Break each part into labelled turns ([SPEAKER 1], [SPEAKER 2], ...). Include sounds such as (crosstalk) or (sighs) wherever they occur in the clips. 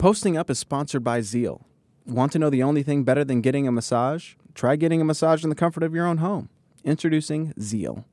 [SPEAKER 1] Posting Up is sponsored by Zeal. Want to know the only thing better than getting a massage? Try getting a massage in the comfort of your own home. Introducing Zeal.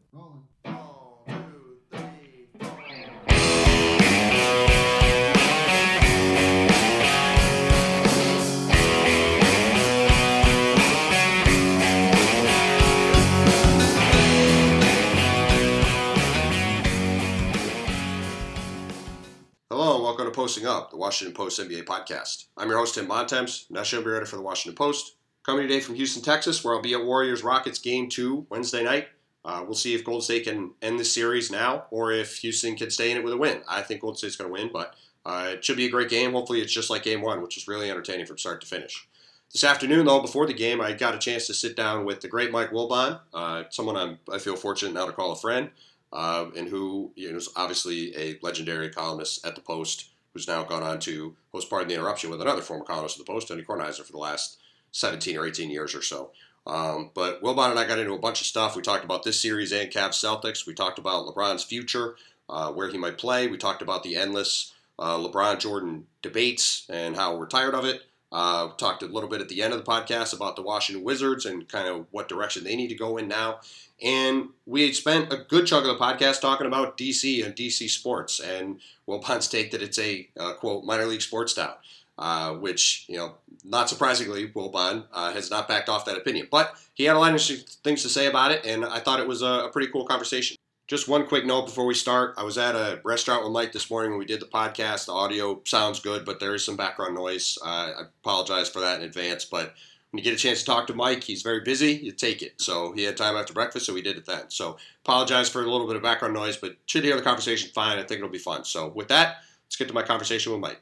[SPEAKER 2] Hello and welcome to Posting Up, the Washington Post NBA podcast. I'm your host, Tim Bontemps, national media editor for the Washington Post. Coming today from Houston, Texas, where I'll be at Warriors Rockets game two Wednesday night. Uh, we'll see if Golden State can end the series now or if Houston can stay in it with a win. I think Golden State's going to win, but uh, it should be a great game. Hopefully, it's just like game one, which was really entertaining from start to finish. This afternoon, though, before the game, I got a chance to sit down with the great Mike Wilbon, uh, someone I'm, I feel fortunate now to call a friend uh, and who you know, is obviously a legendary columnist at the Post, who's now gone on to host Pardon the Interruption with another former columnist of the Post, Tony Kornheiser, for the last 17 or 18 years or so. Um, but Wilbon and I got into a bunch of stuff. We talked about this series and Cavs Celtics. We talked about LeBron's future, uh, where he might play. We talked about the endless uh, LeBron Jordan debates and how we're tired of it. Uh, talked a little bit at the end of the podcast about the Washington Wizards and kind of what direction they need to go in now. And we had spent a good chunk of the podcast talking about DC and DC sports and Wilpon's (laughs) take that it's a uh, quote minor league sports town, uh, which you know not surprisingly Wilpon uh, has not backed off that opinion. But he had a lot of interesting things to say about it, and I thought it was a, a pretty cool conversation. Just one quick note before we start. I was at a restaurant with Mike this morning when we did the podcast. The audio sounds good, but there is some background noise. Uh, I apologize for that in advance, but when you get a chance to talk to Mike, he's very busy. You take it. So he had time after breakfast, so we did it then. So apologize for a little bit of background noise, but should hear the conversation fine. I think it'll be fun. So with that, let's get to my conversation with Mike.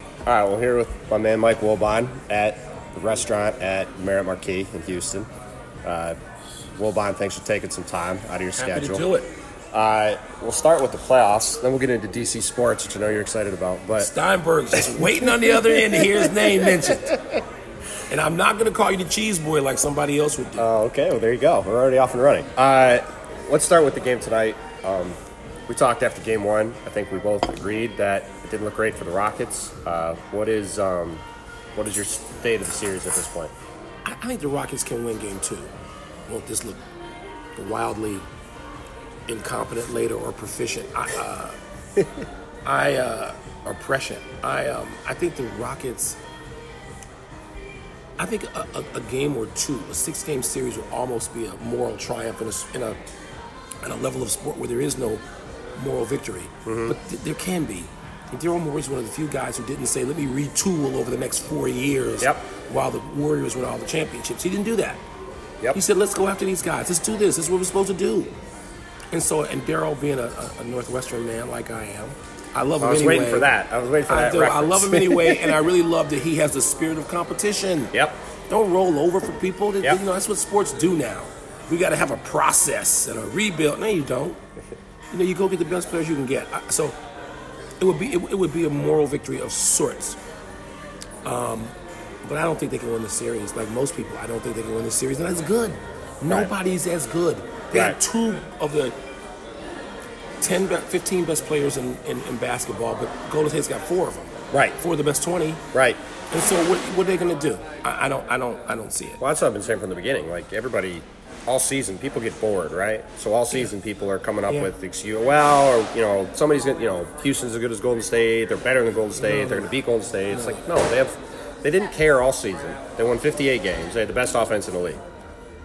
[SPEAKER 2] All right, well, here with my man Mike Wilbon at the restaurant at Merritt Marquis in Houston. Uh, Wilbon, thanks for taking some time out of your
[SPEAKER 3] Happy
[SPEAKER 2] schedule.
[SPEAKER 3] to do it.
[SPEAKER 2] Uh, we'll start with the playoffs, then we'll get into DC sports, which I know you're excited about. But
[SPEAKER 3] Steinberg's just waiting on the other end to hear his name mentioned. And I'm not going to call you the cheese boy like somebody else would do.
[SPEAKER 2] oh, okay, well there you go. We're already off and running. Uh, let's start with the game tonight. Um, we talked after game one. I think we both agreed that it didn't look great for the Rockets. Uh, what is um, what is your state of the series at this point?
[SPEAKER 3] I, I think the Rockets can win game two. Won't this look wildly incompetent later or proficient? I, uh, I uh, or prescient. I, um, I think the Rockets. I think a, a, a game or two, a six-game series, will almost be a moral triumph in a, s- in a at a level of sport where there is no moral victory, but th- there can be. And Daryl Morey is one of the few guys who didn't say, "Let me retool over the next four years
[SPEAKER 2] Yep.
[SPEAKER 3] while the Warriors win all the championships." He didn't do that.
[SPEAKER 2] Yep.
[SPEAKER 3] He said, "Let's go after these guys. Let's do this. This is what we're supposed to do." And so, and Daryl being a, a, a Northwestern man like I am, I love him
[SPEAKER 2] I was
[SPEAKER 3] anyway.
[SPEAKER 2] waiting for that. I was waiting for
[SPEAKER 3] I
[SPEAKER 2] that.
[SPEAKER 3] do. I
[SPEAKER 2] reference.
[SPEAKER 3] love him
[SPEAKER 2] (laughs)
[SPEAKER 3] anyway, and I really love that he has the spirit of competition.
[SPEAKER 2] Yep.
[SPEAKER 3] Don't roll over for people. That-
[SPEAKER 2] Yep.
[SPEAKER 3] You know, that's what sports do now. We got to have a process and a rebuild. No, you don't. You know, you go get the best players you can get. I- So it would be it, it would be a moral victory of sorts. Um, but I don't think they can win the series. Like most people, I don't think they can win the series, and that's good. Nobody's as good. They
[SPEAKER 2] Right.
[SPEAKER 3] had two of the 10, be- 15 best players in, in, in basketball, but Golden State's got four of them.
[SPEAKER 2] Right.
[SPEAKER 3] Four of the best 20.
[SPEAKER 2] right.
[SPEAKER 3] And so what, what are they going to do? I, I don't I don't I don't see it.
[SPEAKER 2] Well, that's what I've been saying from the beginning. Like everybody, all season people get bored, right? So all season people are coming up
[SPEAKER 3] Yeah.
[SPEAKER 2] with the excuse, well, or you know, somebody's gonna, you know, Houston's as good as Golden State. They're better than Golden State. They're going to beat Golden State. It's like no, they have, they didn't care all season. They won 58 games. They had the best offense in the league.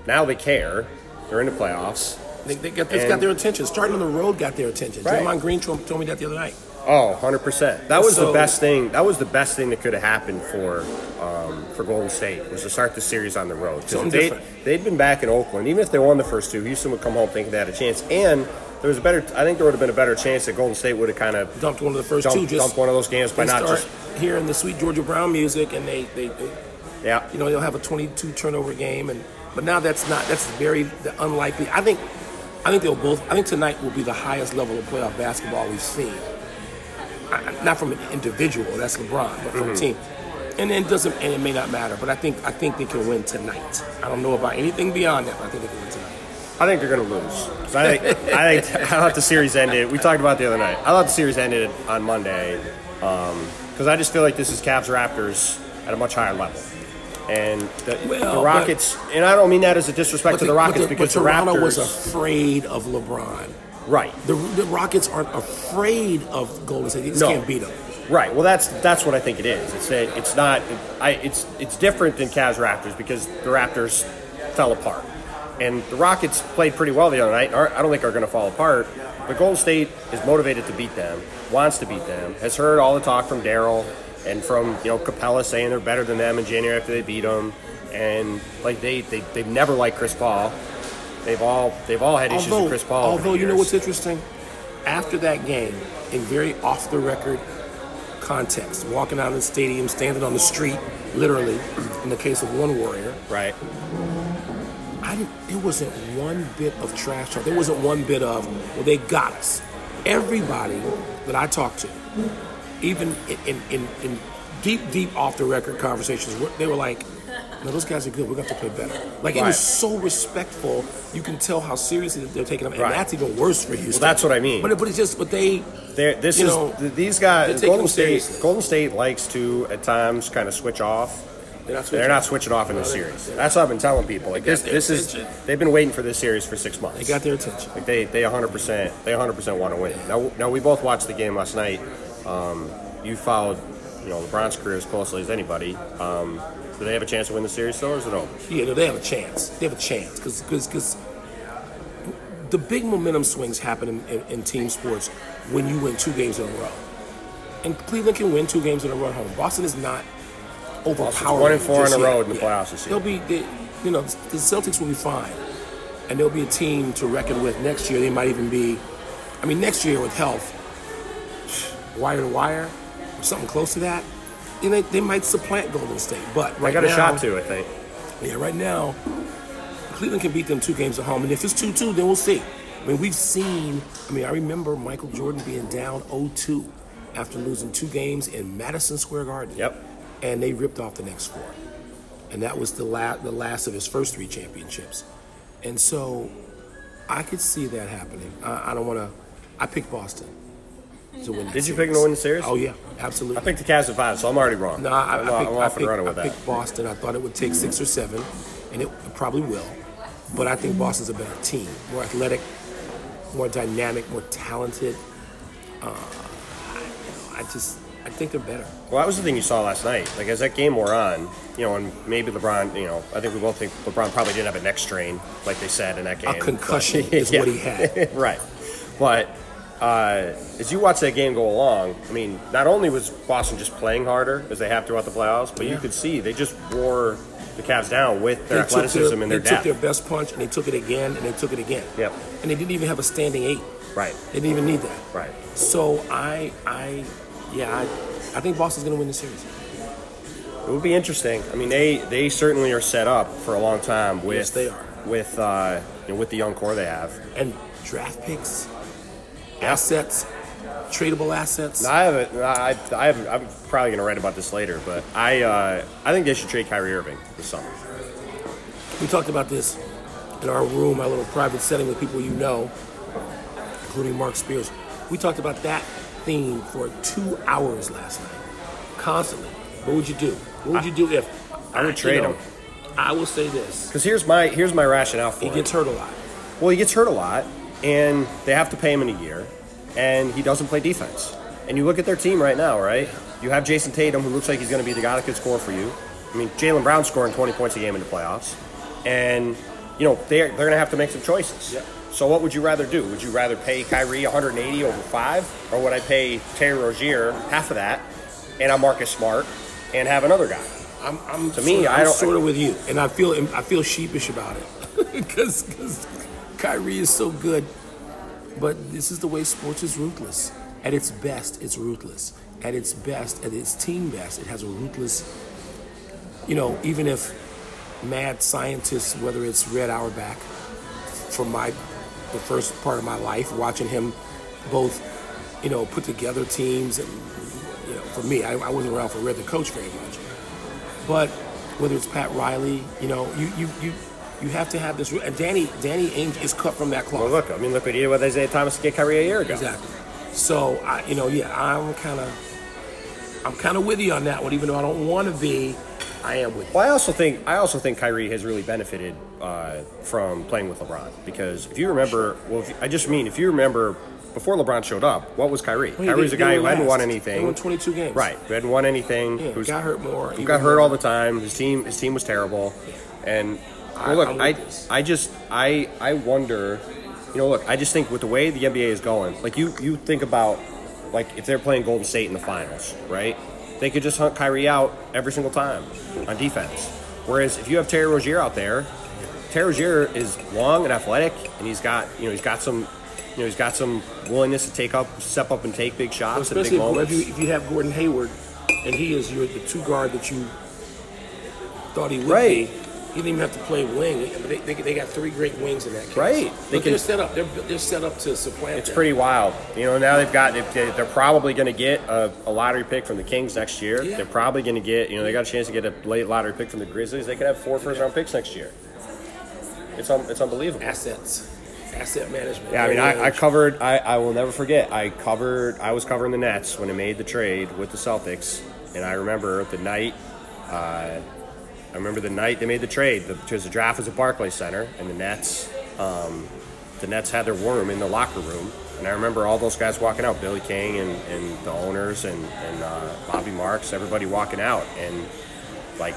[SPEAKER 2] Now they care. They're in the playoffs.
[SPEAKER 3] They, they got, it's
[SPEAKER 2] And-
[SPEAKER 3] got their attention. Starting on the road got their attention.
[SPEAKER 2] Right.
[SPEAKER 3] Draymond Green told, told me that the other night.
[SPEAKER 2] Oh, 100%. That was the
[SPEAKER 3] So-
[SPEAKER 2] best thing. That was the best thing that could have happened for um, for Golden State was to start the series on the road. 'Cause if
[SPEAKER 3] Something
[SPEAKER 2] they
[SPEAKER 3] different.
[SPEAKER 2] they'd been back in Oakland. Even if they won the first two, Houston would come home thinking they had a chance. And there was a better I think there would have been a better chance that Golden State would have kind of
[SPEAKER 3] Dumped one of the first
[SPEAKER 2] dumped,
[SPEAKER 3] two. Just
[SPEAKER 2] dumped one of those games by
[SPEAKER 3] they
[SPEAKER 2] not
[SPEAKER 3] start
[SPEAKER 2] just
[SPEAKER 3] hearing the sweet Georgia Brown music, and they, they, they
[SPEAKER 2] yeah.
[SPEAKER 3] you know they'll have a 22 turnover game, and but now that's not that's very unlikely. I think I think they'll both. I think tonight will be the highest level of playoff
[SPEAKER 4] Mm-hmm.
[SPEAKER 3] basketball we've seen. I- I- Not from an individual, that's LeBron, but from a team. and it doesn't and it may not matter. But I think I think they can win tonight. I don't know about anything beyond that, but I think they can win tonight.
[SPEAKER 4] I think they're going to lose. 'Cause I think I think I thought the series ended. We talked about it the other night. I thought the series ended on Monday because I just feel like this is Cavs Raptors at a much higher level. And the, the
[SPEAKER 3] Well, but-
[SPEAKER 4] Rockets, and I don't mean that as a disrespect to the Rockets
[SPEAKER 3] but
[SPEAKER 4] because
[SPEAKER 3] but Toronto
[SPEAKER 4] the Raptors,
[SPEAKER 3] was afraid of LeBron.
[SPEAKER 4] right?
[SPEAKER 3] The, the Rockets aren't afraid of Golden State. They just
[SPEAKER 4] No.
[SPEAKER 3] can't beat them.
[SPEAKER 4] Right. Well, that's that's what I think it is. It's that it's not. I it's it's different than Cavs Raptors because the Raptors fell apart, and the Rockets played pretty well the other night. Are- I don't think are going to fall apart. But Golden State is motivated to beat them, wants to beat them, has heard all the talk from Daryl and from you know Capella saying they're better than them in January after they beat them, and like they they they've never liked Chris Paul. They've all they've all had issues with Chris Paul. over the
[SPEAKER 3] Although you know
[SPEAKER 4] years.
[SPEAKER 3] what's interesting, after that game, in very off the record context, walking out of the stadium, standing on the street, literally, in the case of one warrior,
[SPEAKER 4] right.
[SPEAKER 3] I didn't. There wasn't one bit of trash talk. There wasn't one bit of well, they got us. Everybody that I talked to, even in in, in, in deep deep off the record conversations, were- they were like, "No, those guys are good. We're gonna have to play better." Like it
[SPEAKER 4] Right.
[SPEAKER 3] was so respectful. You can tell how seriously they're taking them, and
[SPEAKER 4] Right.
[SPEAKER 3] that's even worse for Houston.
[SPEAKER 4] that's what I mean.
[SPEAKER 3] But it- but it's just but they
[SPEAKER 4] They're, this
[SPEAKER 3] You
[SPEAKER 4] is
[SPEAKER 3] know,
[SPEAKER 4] th- these
[SPEAKER 3] they're
[SPEAKER 4] guys.
[SPEAKER 3] taking
[SPEAKER 4] Golden
[SPEAKER 3] them
[SPEAKER 4] State.
[SPEAKER 3] seriously.
[SPEAKER 4] Golden State likes to at times kind of switch off.
[SPEAKER 3] they're not.
[SPEAKER 4] They're not switching off in this series. That's what I've been telling people. Like
[SPEAKER 3] They
[SPEAKER 4] this,
[SPEAKER 3] got
[SPEAKER 4] this
[SPEAKER 3] their
[SPEAKER 4] is
[SPEAKER 3] attention.
[SPEAKER 4] they've been waiting for this series for six months.
[SPEAKER 3] They got their attention.
[SPEAKER 4] Like they, they 100 percent, they 100 percent want to win. Now, now we both watched the game last night. Um, you followed, you know, LeBron's career as closely as anybody. Um, do they have a chance to win the series though, or is it over?
[SPEAKER 3] Yeah, no, they have a chance. They have a chance because because the big momentum swings happen in, in, in team sports when you win two games in a row. And Cleveland can win two games in a row at home. Boston is not overpowering.
[SPEAKER 4] one and four
[SPEAKER 3] just
[SPEAKER 4] in a
[SPEAKER 3] yet.
[SPEAKER 4] row in the playoffs this year.
[SPEAKER 3] They'll be, they, you know, the Celtics will be fine, and they'll be a team to reckon with next year. They might even be, I mean, next year with health, wire to wire, or something close to that. You know, they, they might supplant Golden State, but right
[SPEAKER 4] I got
[SPEAKER 3] now-
[SPEAKER 4] a shot too, I think.
[SPEAKER 3] yeah, right now, Cleveland can beat them two games at home, and if it's two two, then we'll see. I mean, we've seen. I mean, I remember Michael Jordan being down 0-2 after losing two games in Madison Square Garden.
[SPEAKER 4] Yep.
[SPEAKER 3] And they ripped off the next four, and that was the last the last of his first three championships, and so I could see that happening. I, I don't want to. I picked Boston to win. that
[SPEAKER 4] Did you
[SPEAKER 3] series.
[SPEAKER 4] pick them to win the series?
[SPEAKER 3] Oh yeah,
[SPEAKER 4] I
[SPEAKER 3] absolutely.
[SPEAKER 4] picked the Cavs in five, so I'm already wrong.
[SPEAKER 3] No, I, I,
[SPEAKER 4] I'm,
[SPEAKER 3] picked,
[SPEAKER 4] I'm
[SPEAKER 3] I
[SPEAKER 4] off and
[SPEAKER 3] picked-
[SPEAKER 4] running with
[SPEAKER 3] I
[SPEAKER 4] that.
[SPEAKER 3] picked Boston. I thought it would take six or seven, and it probably will. But I think Boston's a better team, more athletic, more dynamic, more talented. Uh, I, I just, I think they're better.
[SPEAKER 4] Well, that was the thing you saw last night. Like as that game wore on, you know, and maybe LeBron, you know, I think we both think LeBron probably didn't have a neck strain, like they said in that game.
[SPEAKER 3] A concussion is what he
[SPEAKER 4] (laughs)
[SPEAKER 3] had.
[SPEAKER 4] right. But uh, as you watch that game go along, I mean, not only was Boston just playing harder as they have throughout the playoffs, but you
[SPEAKER 3] Yeah.
[SPEAKER 4] could see they just wore the Cavs down with their
[SPEAKER 3] They took
[SPEAKER 4] athleticism
[SPEAKER 3] their,
[SPEAKER 4] and their
[SPEAKER 3] they
[SPEAKER 4] depth.
[SPEAKER 3] took their best punch, and they took it again, and they took it again.
[SPEAKER 4] Yep.
[SPEAKER 3] And they didn't even have a standing eight.
[SPEAKER 4] Right.
[SPEAKER 3] They didn't even need that.
[SPEAKER 4] Right.
[SPEAKER 3] So I, I, yeah, I, I think Boston's going to win the series.
[SPEAKER 4] It would be interesting. I mean, they they certainly are set up for a long time with
[SPEAKER 3] Yes, they are.
[SPEAKER 4] with uh, you know, with the young core they have.
[SPEAKER 3] And draft picks, assets, tradable assets.
[SPEAKER 4] I haven't. I, I haven't. I'm probably going to write about this later, but I uh, I think they should trade Kyrie Irving this summer.
[SPEAKER 3] We talked about this in our room, our little private setting with people you know, including Mark Spears. We talked about that theme for two hours last night, constantly. What would you do? What would you do if
[SPEAKER 4] I would
[SPEAKER 3] Ah, you
[SPEAKER 4] trade
[SPEAKER 3] know,
[SPEAKER 4] him.
[SPEAKER 3] I will say this:
[SPEAKER 4] Because here's my here's my rationale for
[SPEAKER 3] he
[SPEAKER 4] it.
[SPEAKER 3] gets hurt a lot.
[SPEAKER 4] well, he gets hurt a lot, and they have to pay him in a year, and he doesn't play defense. And you look at their team right now, right? You have Jason Tatum, who looks like he's going to be the guy that could score for you. I mean, Jalen Brown scoring 20 points a game in the playoffs, and you know they're they're going to have to make some choices.
[SPEAKER 3] Yep.
[SPEAKER 4] So what would you rather do? Would you rather pay Kyrie 180 over five, or would I pay Terry Rozier half of that, and I'm Marcus Smart, and have another guy?
[SPEAKER 3] I'm, I'm
[SPEAKER 4] To me,
[SPEAKER 3] sort of,
[SPEAKER 4] I
[SPEAKER 3] am
[SPEAKER 4] don't-
[SPEAKER 3] sort of with you, and I feel I feel sheepish about it (laughs) because Kyrie is so good, but this is the way sports is ruthless. At its best, it's ruthless. At its best, at its team best, it has a ruthless. You know, even if mad scientists, whether it's Red Auerbach, from my the first part of my life, watching him both, you know, put together teams and you know, for me, I, I wasn't around for Red the coach very much, But whether it's Pat Riley, you know, you you you, you have to have this. And Danny Danny Ainge is cut from that cloth.
[SPEAKER 4] Well, look, I mean, look what he did with Isaiah Thomas to get Kyrie a year ago.
[SPEAKER 3] Exactly. So I, you know, yeah, I'm kind of, I'm kind of with you on that one. Even though I don't want to be, I am with you.
[SPEAKER 4] Well, I also think I also think Kyrie has really benefited uh, from playing with LeBron because if you remember, well, if, I just mean if you remember before LeBron showed up, what was Kyrie?
[SPEAKER 3] Well, yeah,
[SPEAKER 4] Kyrie was
[SPEAKER 3] they-
[SPEAKER 4] a guy
[SPEAKER 3] they
[SPEAKER 4] who
[SPEAKER 3] were
[SPEAKER 4] hadn't won
[SPEAKER 3] last.
[SPEAKER 4] anything.
[SPEAKER 3] They won 22 games.
[SPEAKER 4] Right, who hadn't won anything.
[SPEAKER 3] Yeah,
[SPEAKER 4] who's-
[SPEAKER 3] got hurt more,
[SPEAKER 4] Who
[SPEAKER 3] even
[SPEAKER 4] got hurt
[SPEAKER 3] more.
[SPEAKER 4] all the time. His team his team was terrible, and well, look,
[SPEAKER 3] I'm with
[SPEAKER 4] I
[SPEAKER 3] this.
[SPEAKER 4] I just I I wonder, you know, look, I just think with the way the NBA is going, like you you think about like if they're playing Golden State in the finals, right? They could just hunt Kyrie out every single time on defense. Whereas if you have Terry Rozier out there, Terry Rozier is long and athletic, and he's got you know he's got some you know he's got some willingness to take up step up and take big shots at big
[SPEAKER 3] Especially if,
[SPEAKER 4] moments.
[SPEAKER 3] you, if you have Gordon Hayward, and he is your the two guard that you thought he would
[SPEAKER 4] Right.
[SPEAKER 3] be. He didn't even have to play wing. But they, they, they got three great wings in that case.
[SPEAKER 4] Right. They
[SPEAKER 3] They
[SPEAKER 4] can-
[SPEAKER 3] are set up. They're, they're set up to supplant.
[SPEAKER 4] It's
[SPEAKER 3] them.
[SPEAKER 4] pretty wild. You know, now they've got, they've, they're probably going to get a, a lottery pick from the Kings next year.
[SPEAKER 3] Yeah.
[SPEAKER 4] They're probably going to get, you know, they got a chance to get a late lottery pick from the Grizzlies. They could have four first round picks next year. It's, un, it's unbelievable.
[SPEAKER 3] assets, asset management.
[SPEAKER 4] Yeah, I mean, I, I
[SPEAKER 3] Manage.
[SPEAKER 4] covered. I, I will never forget. I covered. I was covering the Nets when I made the trade with the Celtics, and I remember the night. Uh, I remember the night they made the trade the, because the draft was at Barclays Center, and the Nets. Um, the Nets had their war room in the locker room, and I remember all those guys walking out. Billy King and, and the owners and and uh, Bobby Marks, everybody walking out, and like.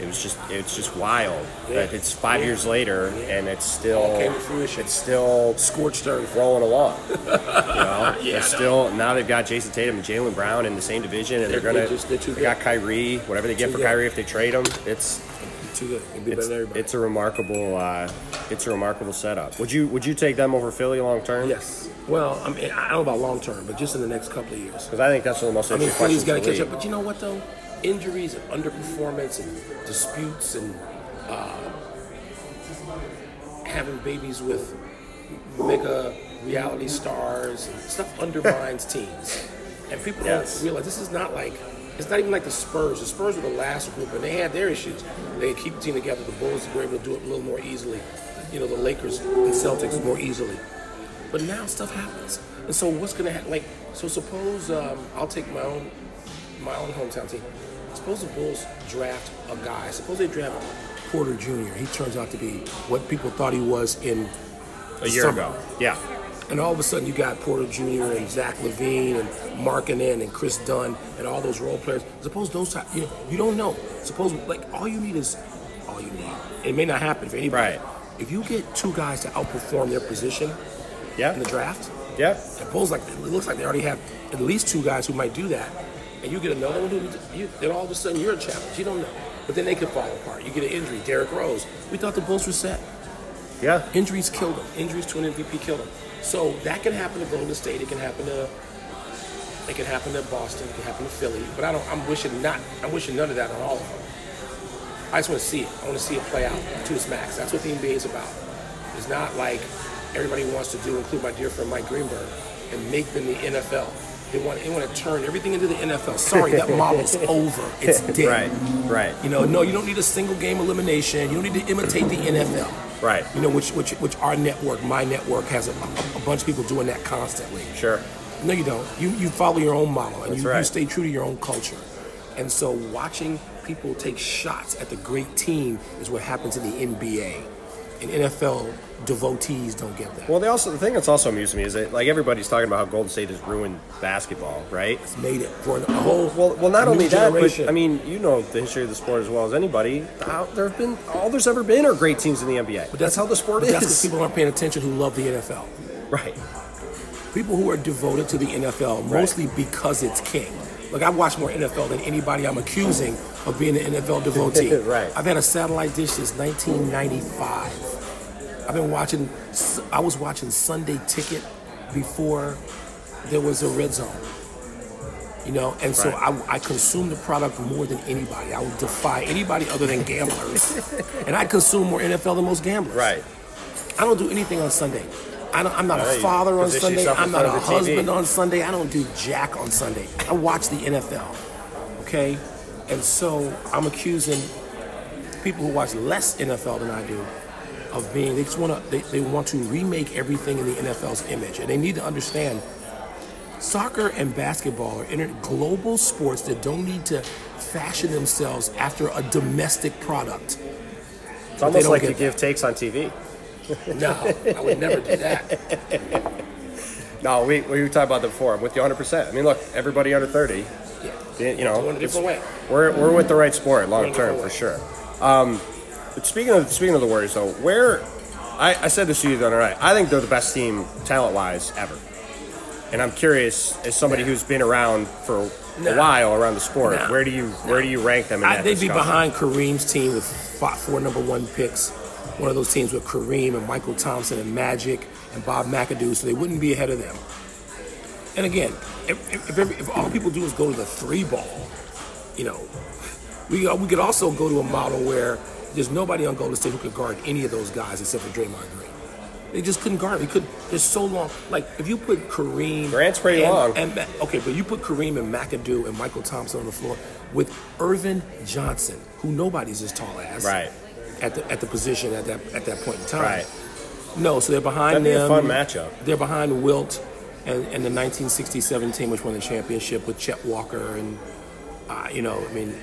[SPEAKER 4] It was just, it's just wild that it's five years later and it's still,
[SPEAKER 3] All came to fruition.
[SPEAKER 4] it's still
[SPEAKER 3] scorched earth.
[SPEAKER 4] rolling
[SPEAKER 3] (laughs)
[SPEAKER 4] along. You know,
[SPEAKER 3] Yeah, I know.
[SPEAKER 4] they're still now they've got Jason Tatum and Jalen Brown in the same division, and they're,
[SPEAKER 3] They're-
[SPEAKER 4] gonna
[SPEAKER 3] they're just- they're too
[SPEAKER 4] they got Kyrie, whatever they get
[SPEAKER 3] Too
[SPEAKER 4] for
[SPEAKER 3] good.
[SPEAKER 4] Kyrie if they trade him. It's
[SPEAKER 3] Too good. It'd be better
[SPEAKER 4] it's,
[SPEAKER 3] than everybody.
[SPEAKER 4] it's a remarkable uh, it's a remarkable setup. Would you would you take them over Philly long term?
[SPEAKER 3] yes. Well, I mean, I don't know about long term, but just in the next couple of years.
[SPEAKER 4] because I think that's one of the most
[SPEAKER 3] I mean,
[SPEAKER 4] interesting
[SPEAKER 3] Philly's got to
[SPEAKER 4] questions. in
[SPEAKER 3] catch
[SPEAKER 4] the
[SPEAKER 3] up. But you know what, though? Injuries and underperformance and disputes and uh, having babies with mega reality stars and stuff undermines teams. And people
[SPEAKER 4] Yes.
[SPEAKER 3] don't realize this is not like, it's not even like the Spurs. The Spurs were the last group and they had their issues. They keep the team together. The Bulls were able to do it a little more easily. You know, the Lakers and Celtics more easily. But now stuff happens. And so what's gonna happen? Like, so suppose um, I'll take my own my own hometown team. Suppose the Bulls draft a guy. Suppose they draft Porter Jr. He turns out to be what people thought he was in
[SPEAKER 4] league. a year
[SPEAKER 3] summer.
[SPEAKER 4] ago. Yeah,
[SPEAKER 3] And all of a sudden, you got Porter Jr. and Zach Levine and Markkanen and Chris Dunn and all those role players. Suppose those type, you, you don't know. Suppose like all you need is all you need. It may not happen for anybody.
[SPEAKER 4] Right.
[SPEAKER 3] If you get two guys to outperform their position in the
[SPEAKER 4] yeah,
[SPEAKER 3] draft,
[SPEAKER 4] yeah.
[SPEAKER 3] the Bulls like it looks like they already have at least two guys who might do that, and you get another one who you, then all of a sudden you're a challenge. You don't know, but then they could fall apart. You get an injury. Derrick Rose. We thought the Bulls were set.
[SPEAKER 4] Yeah,
[SPEAKER 3] Injuries killed him. Injuries to an MVP killed him. So that can happen to Golden State. It can happen to. It can happen to Boston. It can happen to Philly. But I don't. I'm wishing not. I'm wishing none of that on all of them. I just want to see it. I want to see it play out to its max. That's what the NBA is about. It's not like everybody wants to do, include my dear friend Mike Greenberg, and make them the NFL. They want. They want to turn everything into the NFL. Sorry, that model's over. It's dead.
[SPEAKER 4] right, right,
[SPEAKER 3] You know, no, you don't need a single game elimination. You don't need to imitate the NFL.
[SPEAKER 4] Right.
[SPEAKER 3] You know, which which which our network, my network, has a, a, a bunch of people doing that constantly.
[SPEAKER 4] sure.
[SPEAKER 3] No, you don't. You you follow your own model and
[SPEAKER 4] That's
[SPEAKER 3] you, you
[SPEAKER 4] right.
[SPEAKER 3] stay true to your own culture. And so, watching people take shots at the great team is what happens in the NBA. And NFL devotees don't get that.
[SPEAKER 4] Well, they also the thing that's also amused me is that like everybody's talking about how Golden State has ruined basketball, right?
[SPEAKER 3] It's made it for a whole
[SPEAKER 4] Well, well, not
[SPEAKER 3] a new
[SPEAKER 4] only that, but
[SPEAKER 3] generation.
[SPEAKER 4] I mean, you know the history of the sport as well as anybody. How, there have been all there's ever been are great teams in the NBA. But that's, how the sport
[SPEAKER 3] but
[SPEAKER 4] is.
[SPEAKER 3] That's because people aren't paying attention who love the NFL.
[SPEAKER 4] (laughs) right.
[SPEAKER 3] people who are devoted to the NFL mostly because it's king. Like I've watched more NFL than anybody I'm accusing of being an NFL devotee.
[SPEAKER 4] (laughs) Right.
[SPEAKER 3] I've had a satellite dish since 1995. I've been watching. I was watching Sunday Ticket before there was a red zone. You know, and so
[SPEAKER 4] Right.
[SPEAKER 3] I, I consume the product more than anybody. I would defy anybody other than
[SPEAKER 4] (laughs)
[SPEAKER 3] gamblers, and I consume more NFL than most gamblers. I don't do anything on Sunday. I don't, I'm not
[SPEAKER 4] Hey,
[SPEAKER 3] a father on
[SPEAKER 4] position
[SPEAKER 3] Sunday.
[SPEAKER 4] yourself in
[SPEAKER 3] I'm not a
[SPEAKER 4] front of the TV.
[SPEAKER 3] husband on Sunday. I don't do jack on Sunday. I watch the NFL. Okay, And so I'm accusing people who watch less NFL than I do of being they just want to they, they want to remake everything in the NFL's image, and they need to understand soccer and basketball are inter- global sports that don't need to fashion themselves after a domestic product.
[SPEAKER 4] It's almost
[SPEAKER 3] don't
[SPEAKER 4] like
[SPEAKER 3] get
[SPEAKER 4] you give takes on TV.
[SPEAKER 3] No, I would never do that.
[SPEAKER 4] No, we, we talked about that before. I'm with you 100%. I mean, look, everybody under 30, you know,
[SPEAKER 3] Going a
[SPEAKER 4] it's-
[SPEAKER 3] different way.
[SPEAKER 4] We're, we're with the right sport
[SPEAKER 3] Going
[SPEAKER 4] long
[SPEAKER 3] a
[SPEAKER 4] term
[SPEAKER 3] different
[SPEAKER 4] for
[SPEAKER 3] way.
[SPEAKER 4] sure. Um, but speaking of speaking of the Warriors, though, where I, I said this to you the other night, I think they're the best team talent wise ever. And I'm curious, as somebody who's been around for a
[SPEAKER 3] Nah.
[SPEAKER 4] while around the sport,
[SPEAKER 3] Nah.
[SPEAKER 4] where do you where do you rank them? In
[SPEAKER 3] I,
[SPEAKER 4] that
[SPEAKER 3] they'd be
[SPEAKER 4] discussion?
[SPEAKER 3] behind Kareem's team with fi- four number one picks. One of those teams with Kareem and Michael Thompson and Magic and Bob McAdoo, so they wouldn't be ahead of them. And again, if, if, if, every, if all people do is go to the three ball, you know, we uh, we could also go to a model where there's nobody on Golden State who could guard any of those guys except for Draymond Green. They just couldn't guard. They could. They're so long. Like if you put Kareem,
[SPEAKER 4] Grant's pretty
[SPEAKER 3] and-
[SPEAKER 4] long.
[SPEAKER 3] and Ma- okay, but you put Kareem and McAdoo and Michael Thompson on the floor with Irvin Johnson, who nobody's as tall as,
[SPEAKER 4] Right.
[SPEAKER 3] At the at the position at that at that point in time,
[SPEAKER 4] Right.
[SPEAKER 3] No, so they're behind
[SPEAKER 4] That'd be a
[SPEAKER 3] them.
[SPEAKER 4] fun matchup.
[SPEAKER 3] They're behind Wilt and, and the 1967 team, which won the championship with Chet Walker and uh, you know, I mean,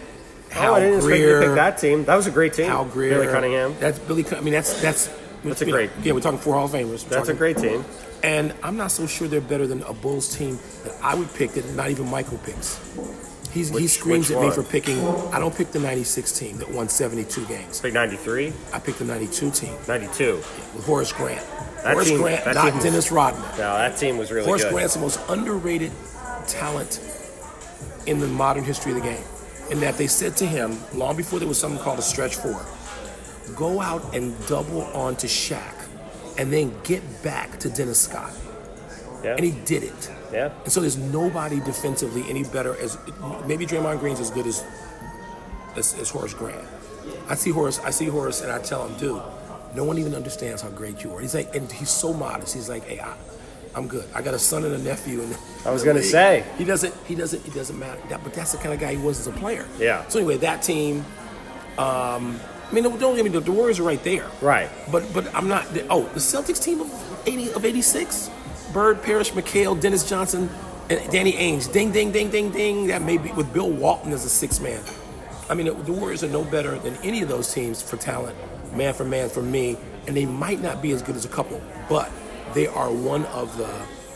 [SPEAKER 3] Hal
[SPEAKER 4] Oh, I didn't expect you to
[SPEAKER 3] Greer.
[SPEAKER 4] pick that team. That was a great team.
[SPEAKER 3] Hal Greer.
[SPEAKER 4] Billy Cunningham.
[SPEAKER 3] That's Billy. Cun- I mean, that's that's.
[SPEAKER 4] That's a
[SPEAKER 3] you know,
[SPEAKER 4] great-
[SPEAKER 3] Yeah, we're talking four Hall of Famers. We're
[SPEAKER 4] That's a
[SPEAKER 3] talking-
[SPEAKER 4] great team.
[SPEAKER 3] and I'm not so sure they're better than a Bulls team that I would pick that not even Michael picks. He's, he
[SPEAKER 4] Which-
[SPEAKER 3] screams
[SPEAKER 4] which
[SPEAKER 3] at me
[SPEAKER 4] one?
[SPEAKER 3] for picking. I don't pick the 96 team that won 72 games.
[SPEAKER 4] Big 93,
[SPEAKER 3] I pick the 92 team
[SPEAKER 4] 92.
[SPEAKER 3] with Horace Grant.
[SPEAKER 4] That
[SPEAKER 3] Horace
[SPEAKER 4] team-
[SPEAKER 3] Grant,
[SPEAKER 4] that
[SPEAKER 3] not
[SPEAKER 4] team was
[SPEAKER 3] Dennis Rodman.
[SPEAKER 4] No, that team was really
[SPEAKER 3] Horace
[SPEAKER 4] good.
[SPEAKER 3] Grant's the most underrated talent in the modern history of the game. In that they said to him, long before there was something called a stretch four, go out and double on to Shaq and then get back to Dennis Scott.
[SPEAKER 4] Yeah.
[SPEAKER 3] And he did it.
[SPEAKER 4] yeah.
[SPEAKER 3] And so there's nobody defensively any better as maybe Draymond Green's as good as as, as Horace Grant. I see Horace, I see Horace, and I tell him, dude, no one even understands how great you are. He's like, and he's so modest. He's like, hey, I, I'm good. I got a son and a nephew. And
[SPEAKER 4] I was gonna say.
[SPEAKER 3] he doesn't, he doesn't, it doesn't matter. That, but that's the kind of guy he was as a player.
[SPEAKER 4] Yeah.
[SPEAKER 3] So anyway, that team. Um, I mean, don't get me. The Warriors are right there.
[SPEAKER 4] Right.
[SPEAKER 3] But but I'm not. The, oh, the Celtics team of eighty of eighty six, Bird, Parrish, McHale, Dennis Johnson, and Danny Ainge. Ding ding ding ding ding. That may be with Bill Walton as a six man. I mean, the Warriors are no better than any of those teams for talent, man for man for me, and they might not be as good as a couple, but they are one of the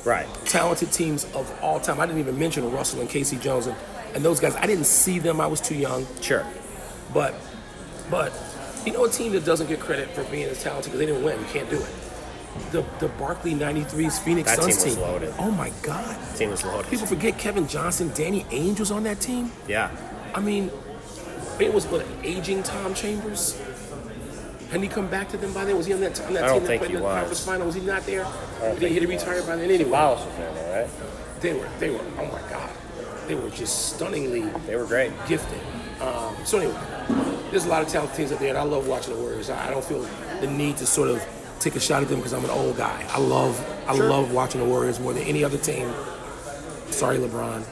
[SPEAKER 4] Right.
[SPEAKER 3] talented teams of all time. I didn't even mention Russell and Casey Jones and, and those guys. I didn't see them. I was too young.
[SPEAKER 4] Sure.
[SPEAKER 3] But, but, you know, a team that doesn't get credit for being as talented because they didn't win, you can't do it. The the Barkley '93's Phoenix
[SPEAKER 4] That team
[SPEAKER 3] Suns
[SPEAKER 4] was
[SPEAKER 3] team.
[SPEAKER 4] loaded.
[SPEAKER 3] Oh my God!
[SPEAKER 4] Team was loaded.
[SPEAKER 3] People forget Kevin Johnson, Danny Ainge was on that team.
[SPEAKER 4] Yeah.
[SPEAKER 3] I mean, it was what aging Tom Chambers. Hadn't he come back to them by then? Was he on that, on that
[SPEAKER 4] I don't
[SPEAKER 3] team
[SPEAKER 4] think
[SPEAKER 3] that
[SPEAKER 4] he
[SPEAKER 3] played in the
[SPEAKER 4] was.
[SPEAKER 3] conference final? Was he not there? Did
[SPEAKER 4] think
[SPEAKER 3] he,
[SPEAKER 4] he
[SPEAKER 3] he retire by then? Anyway,
[SPEAKER 4] Lyles was in there, right?
[SPEAKER 3] they were they were oh my God, they were just stunningly
[SPEAKER 4] They were great.
[SPEAKER 3] gifted. Um, so anyway, there's a lot of talented teams out there, and I love watching the Warriors. I I don't feel the need to sort of take a shot at them because I'm an old guy. I love I
[SPEAKER 4] Sure.
[SPEAKER 3] love watching the Warriors more than any other team. Sorry, LeBron.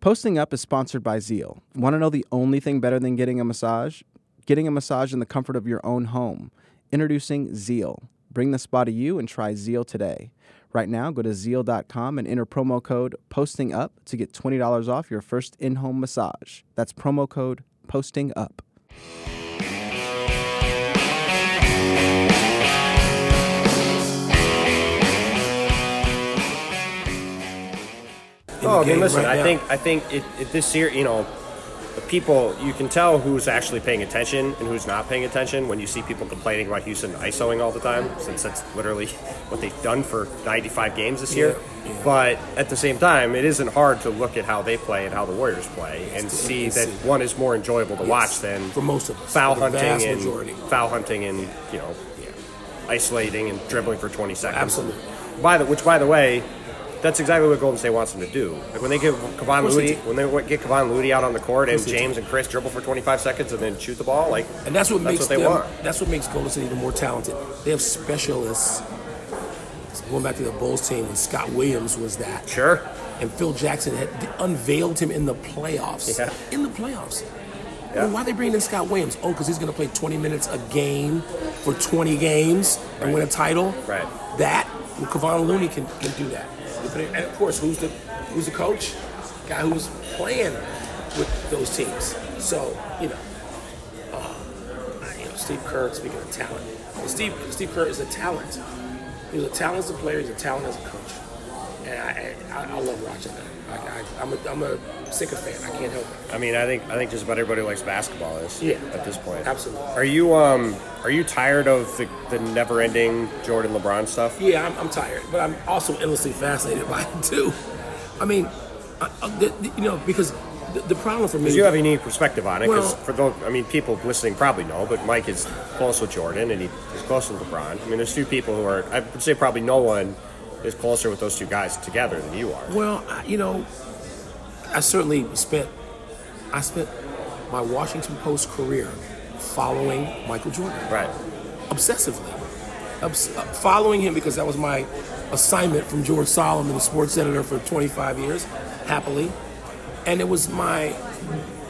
[SPEAKER 1] Posting Up is sponsored by Zeal. Want to know the only thing better than getting a massage? Getting a massage in the comfort of your own home. Introducing Zeal. Bring the spa to you and try Zeal today. Right now, go to zeal.com and enter promo code Posting Up to get $20 off your first in home massage. That's promo code Posting Up.
[SPEAKER 3] in
[SPEAKER 4] Oh, I
[SPEAKER 3] the
[SPEAKER 4] mean,
[SPEAKER 3] game
[SPEAKER 4] listen,
[SPEAKER 3] right
[SPEAKER 4] I
[SPEAKER 3] now.
[SPEAKER 4] think I think it, it, this year, you know, the people you can tell who's actually paying attention and who's not paying attention when you see people complaining about Houston ISOing all the time, since that's literally (laughs) what they've done for 95 games this year.
[SPEAKER 3] Yeah, yeah.
[SPEAKER 4] But at the same time, it isn't hard to look at how they play and how the Warriors play and see
[SPEAKER 3] it's-
[SPEAKER 4] that one is more enjoyable to watch than
[SPEAKER 3] for most of us,
[SPEAKER 4] foul
[SPEAKER 3] for the
[SPEAKER 4] hunting
[SPEAKER 3] vast
[SPEAKER 4] and
[SPEAKER 3] majority.
[SPEAKER 4] foul hunting and you know isolating and dribbling for 20 seconds.
[SPEAKER 3] Absolutely.
[SPEAKER 4] By the which, by the way, that's exactly what Golden State wants them to do. Like when they get Kevon
[SPEAKER 3] course they
[SPEAKER 4] Looney,
[SPEAKER 3] do.
[SPEAKER 4] when they w- get Kevon Looney out on the court and
[SPEAKER 3] course they do.
[SPEAKER 4] James and Chris dribble for 25 seconds and then shoot the ball, like
[SPEAKER 3] And that's what makes
[SPEAKER 4] what they
[SPEAKER 3] them,
[SPEAKER 4] want.
[SPEAKER 3] That's what makes Golden State even more talented. They have specialists. Going back to the Bulls team when Scott Williams was that.
[SPEAKER 4] Sure.
[SPEAKER 3] And Phil Jackson had unveiled him in the playoffs.
[SPEAKER 4] Yeah.
[SPEAKER 3] In the playoffs.
[SPEAKER 4] Yeah.
[SPEAKER 3] Well, why they bringing in Scott Williams? Oh, because he's going to play 20 minutes a game for 20 games and win a title.
[SPEAKER 4] Right.
[SPEAKER 3] That well, Kevon Looney can, can do that. And of course, who's the who's the coach? Guy who's playing with those teams. So you know, uh, you know, Steve Kerr, speaking of talent, Steve Steve Kerr is a talent. He's a talent as a player. He's a talent as a coach. And I, I, I love watching that. I, I, I'm, a, I'm a sycophant. I can't help it.
[SPEAKER 4] I mean, I think I think just about everybody who likes basketball is
[SPEAKER 3] Yeah.
[SPEAKER 4] at this point.
[SPEAKER 3] Absolutely.
[SPEAKER 4] Are you um are you tired of the, the never ending Jordan LeBron stuff?
[SPEAKER 3] Yeah, I'm, I'm tired, but I'm also endlessly fascinated by it too. I mean, I, I, the, the- you know, because the, the problem for me,
[SPEAKER 4] You have a unique perspective on it because
[SPEAKER 3] Well-
[SPEAKER 4] for those, I mean, people listening probably know, but Mike is close with Jordan and he is close with LeBron. I mean, there's few people who are. I would say probably no one is closer with those two guys together than you are.
[SPEAKER 3] Well, I- you know, I certainly spent I spent my Washington Post career following Michael Jordan.
[SPEAKER 4] Right.
[SPEAKER 3] obsessively, obs- uh, following him because that was my assignment from George Solomon, the sports editor for 25 years, happily, and it was my,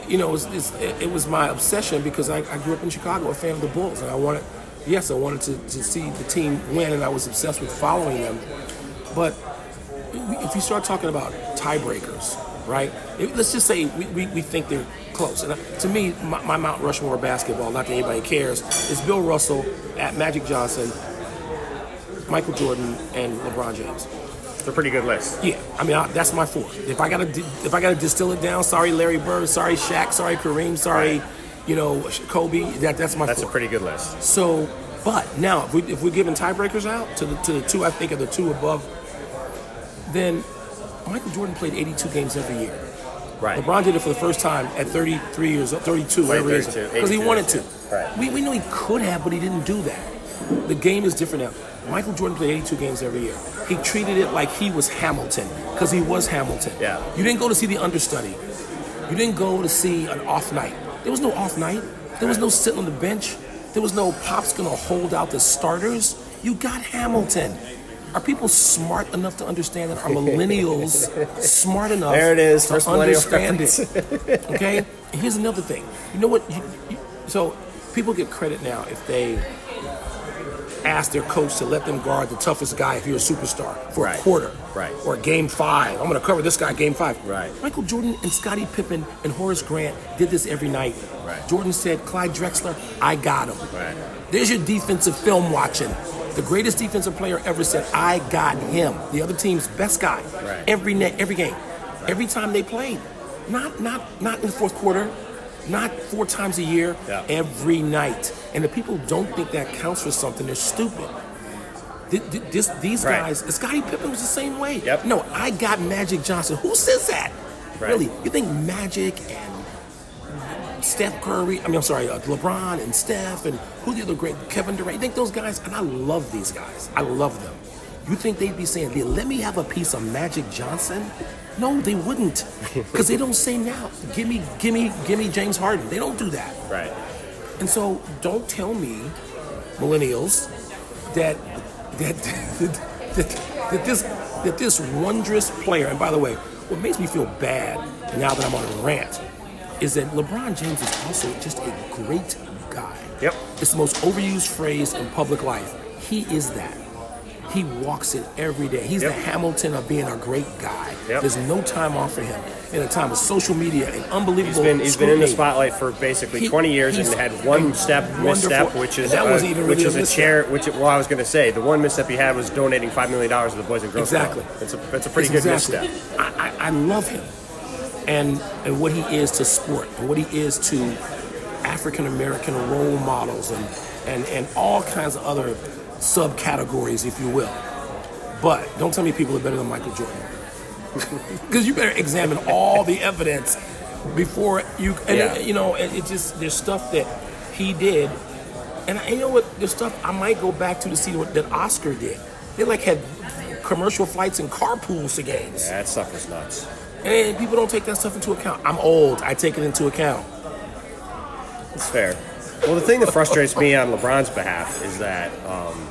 [SPEAKER 3] you know, it was, it's- it, it was my obsession because I, I grew up in Chicago, a fan of the Bulls, and I wanted, yes, I wanted to, to see the team win, and I was obsessed with following them, but if you start talking about tiebreakers, right? If- let's just say we, we, we think they're close. And uh, to me, my, my Mount Rushmore of basketball, not that anybody cares, is Bill Russell at Magic Johnson, Michael Jordan, and LeBron James.
[SPEAKER 4] It's a pretty good list.
[SPEAKER 3] Yeah, I mean I, that's my four. If I gotta di- if I gotta distill it down, sorry Larry Bird, sorry Shaq, sorry Kareem, sorry, you know Kobe. That that's my
[SPEAKER 4] That's a
[SPEAKER 3] four.
[SPEAKER 4] pretty good list.
[SPEAKER 3] So, but now if, we, if we're giving tiebreakers out to the to the two, I think of the two above, then Michael Jordan played 82 games every year.
[SPEAKER 4] Right.
[SPEAKER 3] LeBron did it for the first time at 33 years old, 32, whatever it is,
[SPEAKER 4] 32,
[SPEAKER 3] because he
[SPEAKER 4] 82,
[SPEAKER 3] wanted to.
[SPEAKER 4] right.
[SPEAKER 3] We, we knew he could have, but he didn't do that. The game is different now. Michael Jordan played 82 games every year. He treated it like he was Hamilton, because he was Hamilton.
[SPEAKER 4] Yeah.
[SPEAKER 3] You didn't go to see the understudy. You didn't go to see an off night. There was no off night. There was no sitting on the bench. There was no pops gonna hold out the starters. You got Hamilton. Are people smart enough to understand that?
[SPEAKER 4] (laughs)
[SPEAKER 3] Are millennials smart enough
[SPEAKER 4] There it is,
[SPEAKER 3] to
[SPEAKER 4] first millennial
[SPEAKER 3] understand it? Okay. Here's another thing. You know what? You, you, so people get credit now if they ask their coach to let them guard the toughest guy if you're a superstar for
[SPEAKER 4] Right.
[SPEAKER 3] a quarter,
[SPEAKER 4] Right.
[SPEAKER 3] Or game five. I'm going to cover this guy game five,
[SPEAKER 4] Right.
[SPEAKER 3] Michael Jordan and Scottie Pippen and Horace Grant did this every night.
[SPEAKER 4] Right.
[SPEAKER 3] Jordan said, Clyde Drexler, I got him.
[SPEAKER 4] Right.
[SPEAKER 3] There's your defensive film watching. The greatest defensive player ever said, I got him. The other team's best guy.
[SPEAKER 4] Right.
[SPEAKER 3] Every net, every game. Every time they played. Not not not in the fourth quarter, not four times a year,
[SPEAKER 4] Yeah.
[SPEAKER 3] every night. And if people don't think that counts for something, they're stupid. Th- th- this- these
[SPEAKER 4] Right.
[SPEAKER 3] guys, Scottie Pippen was the same way.
[SPEAKER 4] Yep.
[SPEAKER 3] No, I got Magic Johnson. Who says that?
[SPEAKER 4] Right.
[SPEAKER 3] Really? You think Magic and Steph Curry? I mean, I'm sorry, uh, LeBron and Steph and who the other great Kevin Durant? You think those guys? And I love these guys. I love them. You think they'd be saying, "Yeah, "Let me have a piece of Magic Johnson"? No, they wouldn't, because they don't say now. Give me, give me, give me James Harden. They don't do that.
[SPEAKER 4] Right.
[SPEAKER 3] And so, don't tell me, millennials, that that that, that, that this that this wondrous player. And by the way, what makes me feel bad now that I'm on a rant is that LeBron James is also just a great guy.
[SPEAKER 4] Yep.
[SPEAKER 3] It's the most overused phrase in public life. He is that. He walks it every day. He's
[SPEAKER 4] Yep.
[SPEAKER 3] the Hamilton of being a great guy.
[SPEAKER 4] Yep.
[SPEAKER 3] There's no time off for him. In a time of social media and
[SPEAKER 4] He's
[SPEAKER 3] unbelievable
[SPEAKER 4] been he's been in the
[SPEAKER 3] scrutiny.
[SPEAKER 4] spotlight for basically
[SPEAKER 3] He-
[SPEAKER 4] 20 years and
[SPEAKER 3] he's
[SPEAKER 4] had one step misstep,
[SPEAKER 3] wonderful.
[SPEAKER 4] which is
[SPEAKER 3] And that
[SPEAKER 4] a,
[SPEAKER 3] wasn't even
[SPEAKER 4] which
[SPEAKER 3] really
[SPEAKER 4] is
[SPEAKER 3] a
[SPEAKER 4] a
[SPEAKER 3] misstep.
[SPEAKER 4] chair. Which well, I was going to say the one misstep he had was donating five million dollars to the Boys and Girls
[SPEAKER 3] Exactly.
[SPEAKER 4] Club. It's a it's a pretty
[SPEAKER 3] It's
[SPEAKER 4] good
[SPEAKER 3] exactly-
[SPEAKER 4] misstep.
[SPEAKER 3] I, I, I love him and and what he is to sport and what he is to African American role models and, and and all kinds of other subcategories, if you will. But don't tell me people are better than Michael Jordan. (laughs) Because you better examine all the evidence before you and
[SPEAKER 4] Yeah.
[SPEAKER 3] you know it, it just there's stuff that he did and I, you know what? There's stuff I might go back to to see what that Oscar did. They like had commercial flights and carpools to games.
[SPEAKER 4] That stuff is nuts.
[SPEAKER 3] And people don't take that stuff into account. I'm old. I take it into account.
[SPEAKER 4] It's fair. Well, the thing that frustrates me on LeBron's behalf is that um,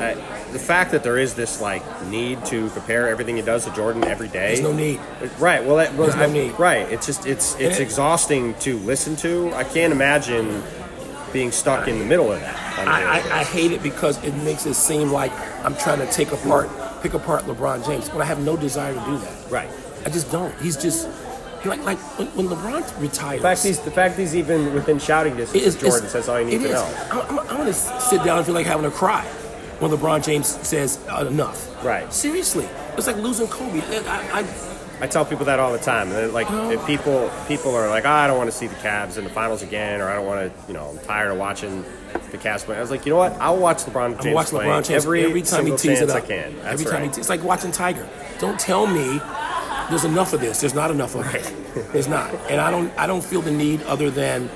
[SPEAKER 4] I, the fact that there is this like need to compare everything he does to Jordan every day.
[SPEAKER 3] There's no need.
[SPEAKER 4] Right. Well, that, well
[SPEAKER 3] There's no
[SPEAKER 4] I'm-
[SPEAKER 3] need.
[SPEAKER 4] Right. It's just it's it's
[SPEAKER 3] it-
[SPEAKER 4] exhausting to listen to. I can't imagine being stuck in the middle of that. on a
[SPEAKER 3] I,
[SPEAKER 4] daily
[SPEAKER 3] I, I hate it because it makes it seem like I'm trying to take apart, pick apart LeBron James, when I have no desire to do that.
[SPEAKER 4] basis. right.
[SPEAKER 3] I just don't. He's just like like when, when LeBron retires.
[SPEAKER 4] The fact he's the fact he's even within shouting distance
[SPEAKER 3] is-
[SPEAKER 4] of Jordan says all you need to
[SPEAKER 3] it is.
[SPEAKER 4] know.
[SPEAKER 3] I'm, I'm, I'm gonna s- sit down and feel like having a cry when LeBron James says uh, enough.
[SPEAKER 4] Right.
[SPEAKER 3] Seriously, it's like losing Kobe. I, I, I,
[SPEAKER 4] I tell people that all the time. And like if people people are like, oh, I don't want to see the Cavs in the finals again, or I don't want to, you know, I'm tired of watching the Cavs play. I was like, you know what? I'll watch LeBron James
[SPEAKER 3] I watch
[SPEAKER 4] play
[SPEAKER 3] LeBron James every, time he
[SPEAKER 4] single
[SPEAKER 3] tees it
[SPEAKER 4] chance
[SPEAKER 3] up.
[SPEAKER 4] I can. That's
[SPEAKER 3] every time
[SPEAKER 4] right.
[SPEAKER 3] he tees, it's like watching Tiger. Don't tell me there's enough of this. There's not enough of it. (laughs) there's not, and I don't. I don't feel the need other than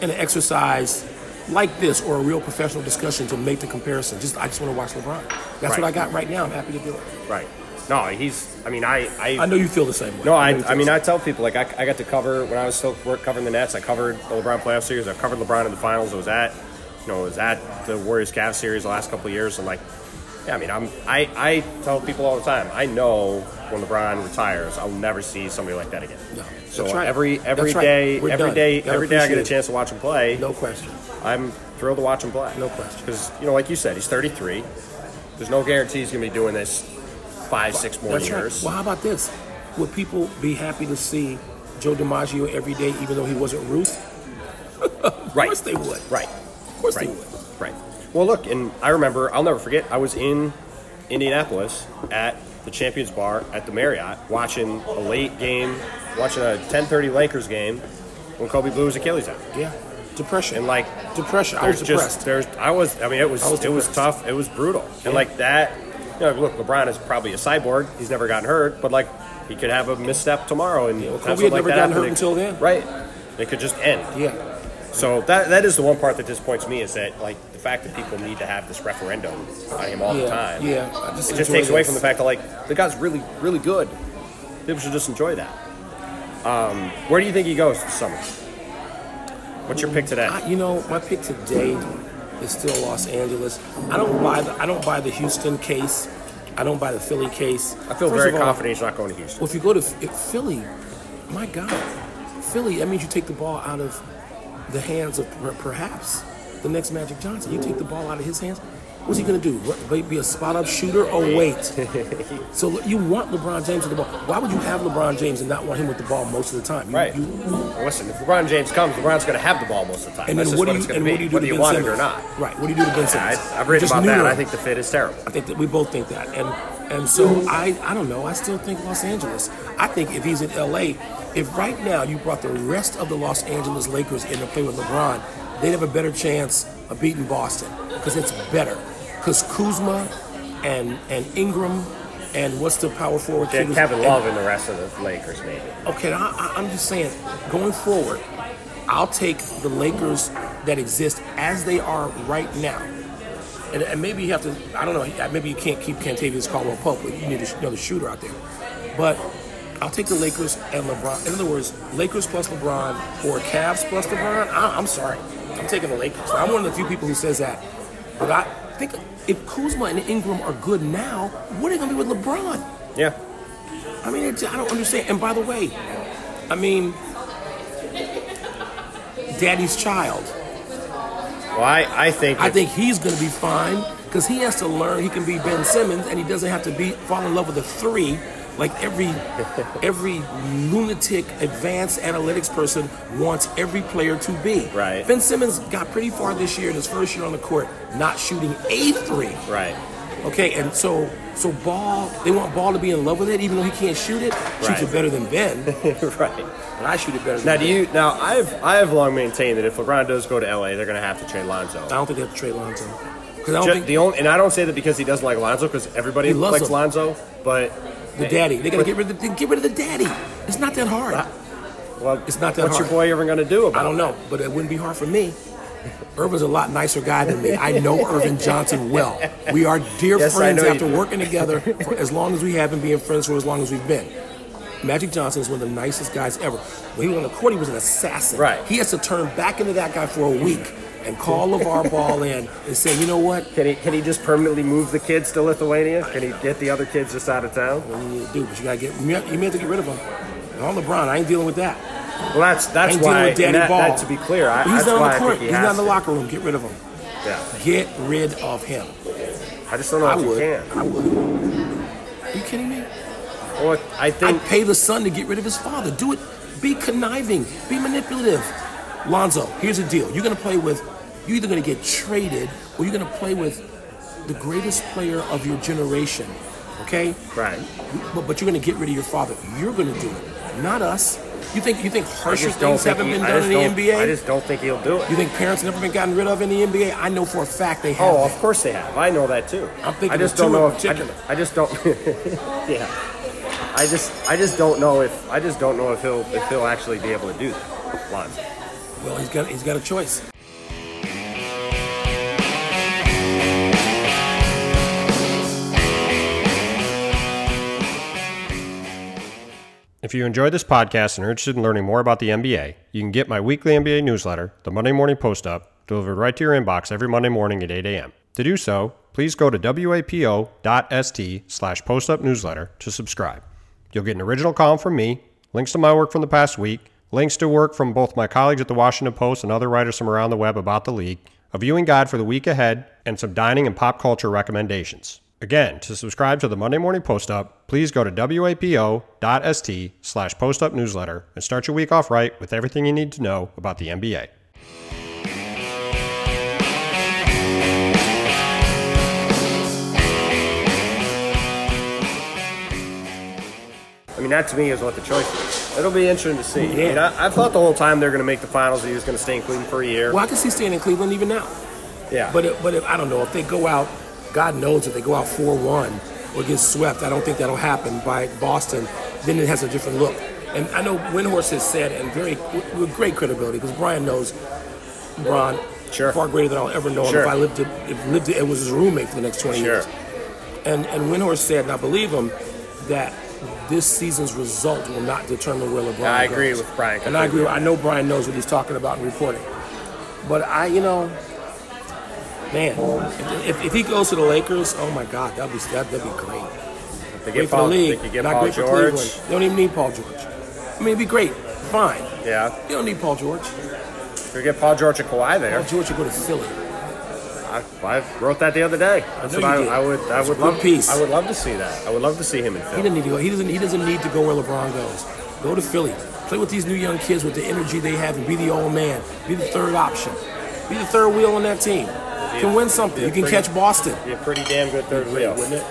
[SPEAKER 3] an exercise like this or a real professional discussion to make the comparison. Just I just want to watch LeBron. That's
[SPEAKER 4] Right.
[SPEAKER 3] what I got right now. I'm happy to do it.
[SPEAKER 4] Right. No, he's. I mean, I. I,
[SPEAKER 3] I know you feel the same way.
[SPEAKER 4] no, I.
[SPEAKER 3] know you feel
[SPEAKER 4] I mean,
[SPEAKER 3] the
[SPEAKER 4] I
[SPEAKER 3] same.
[SPEAKER 4] tell people like I, I got to cover when I was still work, covering the Nets. I covered the LeBron playoff series. I covered LeBron in the finals. I was at, you know, I was at the Warriors Cavs series the last couple of years. And like, yeah, I mean, I'm. I. I tell people all the time. I know when LeBron retires, I'll never see somebody like that again.
[SPEAKER 3] No,
[SPEAKER 4] so
[SPEAKER 3] that's right.
[SPEAKER 4] every every
[SPEAKER 3] That's right.
[SPEAKER 4] day,
[SPEAKER 3] We're
[SPEAKER 4] every
[SPEAKER 3] done.
[SPEAKER 4] day,
[SPEAKER 3] Gotta
[SPEAKER 4] every day, I get a
[SPEAKER 3] appreciate it.
[SPEAKER 4] chance to watch him play.
[SPEAKER 3] no question.
[SPEAKER 4] I'm thrilled to watch him play.
[SPEAKER 3] No question.
[SPEAKER 4] Because you know, like you said, he's 33. There's no guarantee he's going to be doing this five, six more
[SPEAKER 3] That's
[SPEAKER 4] years.
[SPEAKER 3] Right. Well, how about this? Would people be happy to see Joe DiMaggio every day, even though he wasn't Ruth?
[SPEAKER 4] Right.
[SPEAKER 3] Of course they would.
[SPEAKER 4] Right,
[SPEAKER 3] Of course
[SPEAKER 4] right,
[SPEAKER 3] they would.
[SPEAKER 4] right. Well, look, and I remember, I'll never forget, I was in Indianapolis at the Champions Bar at the Marriott watching a late game, watching a 10:30 Lakers game when Kobe blew his Achilles out.
[SPEAKER 3] Yeah. Depression.
[SPEAKER 4] And like
[SPEAKER 3] depression. I was
[SPEAKER 4] there's
[SPEAKER 3] depressed.
[SPEAKER 4] just there's I was I mean it was,
[SPEAKER 3] I was
[SPEAKER 4] it was
[SPEAKER 3] depressed.
[SPEAKER 4] tough, it was brutal. And like that, you know, look, LeBron is probably a cyborg. He's never gotten hurt, but like he could have a misstep tomorrow and
[SPEAKER 3] well,
[SPEAKER 4] that's
[SPEAKER 3] Kobe
[SPEAKER 4] what,
[SPEAKER 3] had
[SPEAKER 4] like,
[SPEAKER 3] never
[SPEAKER 4] that
[SPEAKER 3] gotten hurt
[SPEAKER 4] happened.
[SPEAKER 3] until then.
[SPEAKER 4] Right. It could just end.
[SPEAKER 3] yeah.
[SPEAKER 4] So that that is the one part that disappoints me is that like the fact that people need to have this referendum on him all
[SPEAKER 3] yeah.
[SPEAKER 4] the time.
[SPEAKER 3] Yeah. I just
[SPEAKER 4] It just
[SPEAKER 3] enjoy
[SPEAKER 4] takes away
[SPEAKER 3] this.
[SPEAKER 4] from the fact that like the guy's really really good. People should just enjoy that. Um, where do you think he goes this summer? What's your pick today?
[SPEAKER 3] I, you know, my pick today is still Los Angeles. I don't buy the I don't buy the Houston case. I don't buy the Philly case.
[SPEAKER 4] I feel very confident he's not going to Houston.
[SPEAKER 3] Well, if you go to Ph- Philly, my God, Philly, that means you take the ball out of the hands of per- perhaps the next Magic Johnson. You take the ball out of his hands. What's he going to do? What, be a spot up shooter? Oh,
[SPEAKER 4] (laughs)
[SPEAKER 3] wait. so look, you want LeBron James with the ball. Why would you have LeBron James and not want him with the ball most of the time? You-
[SPEAKER 4] Right.
[SPEAKER 3] you-
[SPEAKER 4] Well, Listen, if LeBron James comes, LeBron's going to have the ball most of the time.
[SPEAKER 3] and
[SPEAKER 4] That's
[SPEAKER 3] then
[SPEAKER 4] just
[SPEAKER 3] what do
[SPEAKER 4] it's
[SPEAKER 3] you
[SPEAKER 4] gonna
[SPEAKER 3] and
[SPEAKER 4] be,
[SPEAKER 3] what do you do
[SPEAKER 4] whether
[SPEAKER 3] to
[SPEAKER 4] you want it or
[SPEAKER 3] Ben Simmons?
[SPEAKER 4] not?
[SPEAKER 3] Right. What do you do to Ben
[SPEAKER 4] I,
[SPEAKER 3] Simmons?
[SPEAKER 4] I've written
[SPEAKER 3] Just
[SPEAKER 4] about that.
[SPEAKER 3] neuter
[SPEAKER 4] I
[SPEAKER 3] him.
[SPEAKER 4] think the fit is terrible.
[SPEAKER 3] I think that we both think that, and and so I I don't know. I still think Los Angeles. I think if he's in L.A., if right now you brought the rest of the Los Angeles Lakers in to play with LeBron, they'd have a better chance of beating Boston because it's better. Because Kuzma and and Ingram and what's the power forward?
[SPEAKER 4] Yeah,
[SPEAKER 3] kid who's-
[SPEAKER 4] Kevin
[SPEAKER 3] and-
[SPEAKER 4] Love and the rest of the Lakers, maybe.
[SPEAKER 3] Okay, I, I, I'm just saying, going forward, I'll take the Lakers that exist as they are right now. And, and maybe you have to, I don't know, maybe you can't keep Cantavius Caldwell Pope, but you need another shooter out there. But I'll take the Lakers and LeBron. In other words, Lakers plus LeBron or Cavs plus LeBron. I, I'm sorry. I'm taking the Lakers. I'm one of the few people who says that. But I think if Kuzma and Ingram are good now, what are they going to be with LeBron?
[SPEAKER 4] Yeah.
[SPEAKER 3] I mean, it, I don't understand. And by the way, I mean, Daddy's child.
[SPEAKER 4] Well, I, I think
[SPEAKER 3] I
[SPEAKER 4] if-
[SPEAKER 3] think he's going to be fine because he has to learn he can be Ben Simmons and he doesn't have to be fall in love with a three like every
[SPEAKER 4] (laughs)
[SPEAKER 3] every lunatic advanced analytics person wants every player to be.
[SPEAKER 4] Right.
[SPEAKER 3] Ben Simmons got pretty far this year in his first year on the court, not shooting a three.
[SPEAKER 4] right. (laughs)
[SPEAKER 3] Okay, and so so ball they want ball to be in love with it even though he can't shoot it. Shoots
[SPEAKER 4] Right.
[SPEAKER 3] it better than Ben.
[SPEAKER 4] right.
[SPEAKER 3] And I shoot it better. Than
[SPEAKER 4] Now,
[SPEAKER 3] him.
[SPEAKER 4] do you? Now, I've I have long maintained that if LeBron does go to LA, they're going to have to trade Lonzo.
[SPEAKER 3] I don't think they have to trade Lonzo because I don't
[SPEAKER 4] Ju-
[SPEAKER 3] think
[SPEAKER 4] the only, and I don't say that because he doesn't like Lonzo, because everybody
[SPEAKER 3] He loves
[SPEAKER 4] likes
[SPEAKER 3] him.
[SPEAKER 4] Lonzo. But
[SPEAKER 3] the daddy. They gotta get rid of the, get rid of the daddy. It's not that hard.
[SPEAKER 4] well,
[SPEAKER 3] It's not that
[SPEAKER 4] what's your
[SPEAKER 3] hard.
[SPEAKER 4] boy ever going to do about?
[SPEAKER 3] I don't know, but it wouldn't be hard for me. Irvin's a lot nicer guy than me. I
[SPEAKER 4] (laughs)
[SPEAKER 3] know Irvin Johnson well. We are dear
[SPEAKER 4] Yes, I
[SPEAKER 3] friends
[SPEAKER 4] know you
[SPEAKER 3] after
[SPEAKER 4] do. (laughs)
[SPEAKER 3] working together for as long as we have been being friends for as long as we've been. Magic Johnson is one of the nicest guys ever. When he was on the court, he was an assassin.
[SPEAKER 4] Right.
[SPEAKER 3] He has to turn back into that guy for a week and call LeVar Ball in and say, you know what?
[SPEAKER 4] Can he can he just permanently move the kids to Lithuania? Can he get the other kids just out of town?
[SPEAKER 3] What do you need to do? But you gotta get you may you may have to get rid of him. And on LeBron, I ain't dealing with that.
[SPEAKER 4] Well, that's that's
[SPEAKER 3] I ain't
[SPEAKER 4] why.
[SPEAKER 3] dealing with Daddy
[SPEAKER 4] and that,
[SPEAKER 3] Ball.
[SPEAKER 4] that, to be clear, I,
[SPEAKER 3] But he's
[SPEAKER 4] that's
[SPEAKER 3] not on
[SPEAKER 4] why
[SPEAKER 3] the
[SPEAKER 4] I
[SPEAKER 3] court.
[SPEAKER 4] think he
[SPEAKER 3] he's
[SPEAKER 4] has
[SPEAKER 3] not in the
[SPEAKER 4] to.
[SPEAKER 3] locker room. Get rid of him.
[SPEAKER 4] Yeah.
[SPEAKER 3] Get rid of him.
[SPEAKER 4] I just don't know
[SPEAKER 3] I
[SPEAKER 4] if you
[SPEAKER 3] would.
[SPEAKER 4] can.
[SPEAKER 3] I would. Are you kidding me?
[SPEAKER 4] Well, I
[SPEAKER 3] I'd
[SPEAKER 4] think
[SPEAKER 3] pay the son to get rid of his father. Do it. Be conniving. Be manipulative. Lonzo, here's the deal. You're gonna play with. You're either gonna get traded or you're gonna play with the greatest player of your generation. Okay.
[SPEAKER 4] right.
[SPEAKER 3] But, but you're going to get rid of your father. You're going to do it, not us. You think you think
[SPEAKER 4] I
[SPEAKER 3] harsher
[SPEAKER 4] just don't
[SPEAKER 3] things
[SPEAKER 4] think
[SPEAKER 3] haven't
[SPEAKER 4] he,
[SPEAKER 3] been
[SPEAKER 4] I
[SPEAKER 3] done
[SPEAKER 4] just
[SPEAKER 3] in the
[SPEAKER 4] don't,
[SPEAKER 3] NBA?
[SPEAKER 4] I just don't think he'll do it.
[SPEAKER 3] you think parents never been gotten rid of in the NBA? I know for a fact they have.
[SPEAKER 4] Oh, of course they have. I know that too.
[SPEAKER 3] I'm thinking
[SPEAKER 4] I just
[SPEAKER 3] of two
[SPEAKER 4] don't know
[SPEAKER 3] in
[SPEAKER 4] if I,
[SPEAKER 3] particular.
[SPEAKER 4] I just don't. (laughs) yeah. I just I just don't know if I just don't know if he'll if he'll actually be able to do that. Lonzo.
[SPEAKER 3] Well, he's got he's got a choice.
[SPEAKER 4] If you enjoyed this podcast and are interested in learning more about the NBA, you can get my weekly NBA newsletter, the Monday Morning Post Up, delivered right to your inbox every Monday morning at 8 a.m. To do so, please go to wapo.st slash postup newsletter to subscribe. You'll get an original column from me, links to my work from the past week, links to work from both my colleagues at the Washington Post and other writers from around the web about the league, a viewing guide for the week ahead, and some dining and pop culture recommendations. Again, to subscribe to the Monday Morning Post Up, please go to wapo.st slash post up newsletter and start your week off right with everything you need to know about the NBA. I mean, that to me is what the choice is. It'll be interesting to see. I, mean, I, I thought the whole time they were going to make the finals. He was going to stay in Cleveland for a year.
[SPEAKER 3] Well, I can see staying in Cleveland even now.
[SPEAKER 4] Yeah.
[SPEAKER 3] But if, but if, I don't know if they go out, God knows if they go out four one or get swept, I don't think that'll happen by Boston. Then it has a different look. And I know Windhorse has said, and very with- with great credibility, because Brian knows Bron
[SPEAKER 4] Sure.
[SPEAKER 3] far greater than I'll ever know him
[SPEAKER 4] Sure.
[SPEAKER 3] if I lived to, if lived to, and was his roommate for the next twenty
[SPEAKER 4] Sure.
[SPEAKER 3] years. And and Windhorse said, and I believe him, that this season's result will not determine where LeBron.
[SPEAKER 4] I
[SPEAKER 3] goes.
[SPEAKER 4] agree with Brian
[SPEAKER 3] And I agree. I know Brian knows what he's talking about in reporting. But I, you know, man, if, if, if he goes to the Lakers, oh my God, that'd be that'd, that'd be great.
[SPEAKER 4] they get
[SPEAKER 3] Great for the
[SPEAKER 4] Paul,
[SPEAKER 3] league,
[SPEAKER 4] They could get
[SPEAKER 3] not
[SPEAKER 4] Paul
[SPEAKER 3] great for
[SPEAKER 4] George.
[SPEAKER 3] Cleveland. They don't even need Paul George. I mean, it'd be great, fine.
[SPEAKER 4] Yeah,
[SPEAKER 3] You don't need Paul George.
[SPEAKER 4] you get Paul George and Kawhi
[SPEAKER 3] Paul
[SPEAKER 4] there.
[SPEAKER 3] George would go to Philly.
[SPEAKER 4] I, I wrote that the other day. That's
[SPEAKER 3] know
[SPEAKER 4] what I,
[SPEAKER 3] you did.
[SPEAKER 4] I would. I
[SPEAKER 3] It's a
[SPEAKER 4] would
[SPEAKER 3] good
[SPEAKER 4] love.
[SPEAKER 3] piece.
[SPEAKER 4] I would love to see that. I would love to see him in
[SPEAKER 3] He
[SPEAKER 4] Philly.
[SPEAKER 3] doesn't need to go. He doesn't. He doesn't need to go where LeBron goes. Go to Philly. Play with these new young kids with the energy they have, and be the old man. Be the third option. Be the third wheel on that team. You can win something.
[SPEAKER 4] Yeah,
[SPEAKER 3] You can
[SPEAKER 4] pretty-
[SPEAKER 3] catch Boston.
[SPEAKER 4] Be a pretty damn good third wheel.
[SPEAKER 3] Wouldn't it?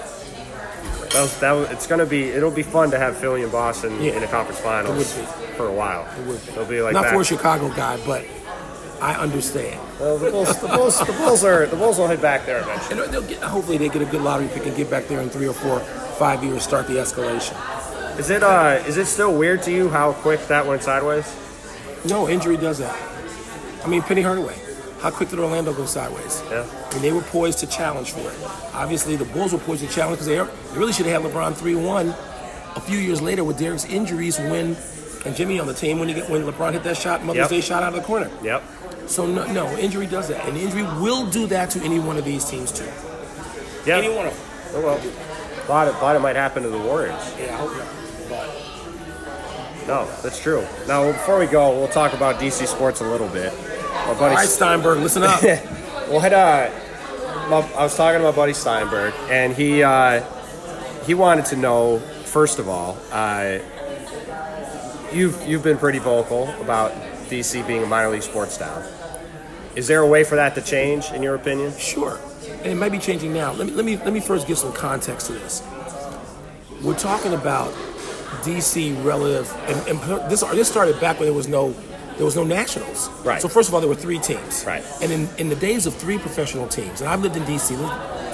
[SPEAKER 4] That was, that was, it's gonna be. It'll be fun to have Philly and Boston
[SPEAKER 3] Yeah.
[SPEAKER 4] in the conference finals
[SPEAKER 3] It would
[SPEAKER 4] for a while.
[SPEAKER 3] It would be.
[SPEAKER 4] It'll be like
[SPEAKER 3] Not
[SPEAKER 4] that.
[SPEAKER 3] for a Chicago guy, but I understand.
[SPEAKER 4] Well, the Bulls. The Bulls. The Bulls are. The Bulls will head back there eventually.
[SPEAKER 3] And they'll get, hopefully they get a good lottery pick and get back there in three or four, five years, start the escalation.
[SPEAKER 4] Is it? Uh, is it still weird to you how quick that went sideways?
[SPEAKER 3] No, injury does that. I mean, Penny Hardaway. How quick did Orlando go sideways?
[SPEAKER 4] Yeah.
[SPEAKER 3] I mean, they were poised to challenge for it. Obviously, the Bulls were poised to challenge because they, they really should have had LeBron 3 1 a few years later with Derek's injuries when, and Jimmy on the team when, he, got- when LeBron hit that shot, Mother's
[SPEAKER 4] Yep.
[SPEAKER 3] Day shot out of the corner.
[SPEAKER 4] Yep.
[SPEAKER 3] So, no, no, injury does that. And injury will do that to any one of these teams, too.
[SPEAKER 4] Yeah.
[SPEAKER 3] Any one of them.
[SPEAKER 4] Oh, well, thought it, thought it might happen to the Warriors.
[SPEAKER 3] Yeah, I hope not. But
[SPEAKER 4] No, that's true. Now, before we go, we'll talk about DC sports a little bit. My buddy,
[SPEAKER 3] all right, Steinberg, listen up. (laughs)
[SPEAKER 4] what? Uh, my, I was talking to my buddy Steinberg, and he uh, he wanted to know first of all, uh, you've you've been pretty vocal about DC being a minor league sports town. Is there a way for that to change, in your opinion?
[SPEAKER 3] sure, and it might be changing now. Let me let me let me first give some context to this. We're talking about DC relative, and, and per- this this started back when there was no there was no nationals.
[SPEAKER 4] Right.
[SPEAKER 3] So first of all, there were three teams.
[SPEAKER 4] Right.
[SPEAKER 3] And in, in the days of three professional teams, and I've lived in DC, li-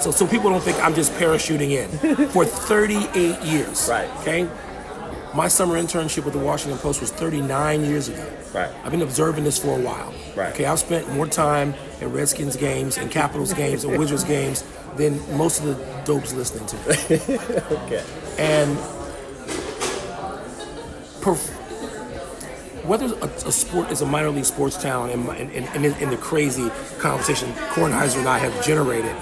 [SPEAKER 4] (laughs)
[SPEAKER 3] so so people don't think I'm just parachuting in for 38 years.
[SPEAKER 4] Right.
[SPEAKER 3] Okay. My summer internship with the Washington Post was 39 years ago.
[SPEAKER 4] Right.
[SPEAKER 3] I've been observing this for a while.
[SPEAKER 4] Right.
[SPEAKER 3] Okay, I've spent more time at Redskins games and Capitals games and Wizards games than most of the dopes listening to.
[SPEAKER 4] Okay.
[SPEAKER 3] and perf- whether a, a sport is a minor league sports town and, my- and, and, and in the crazy conversation Kornheiser and I have generated,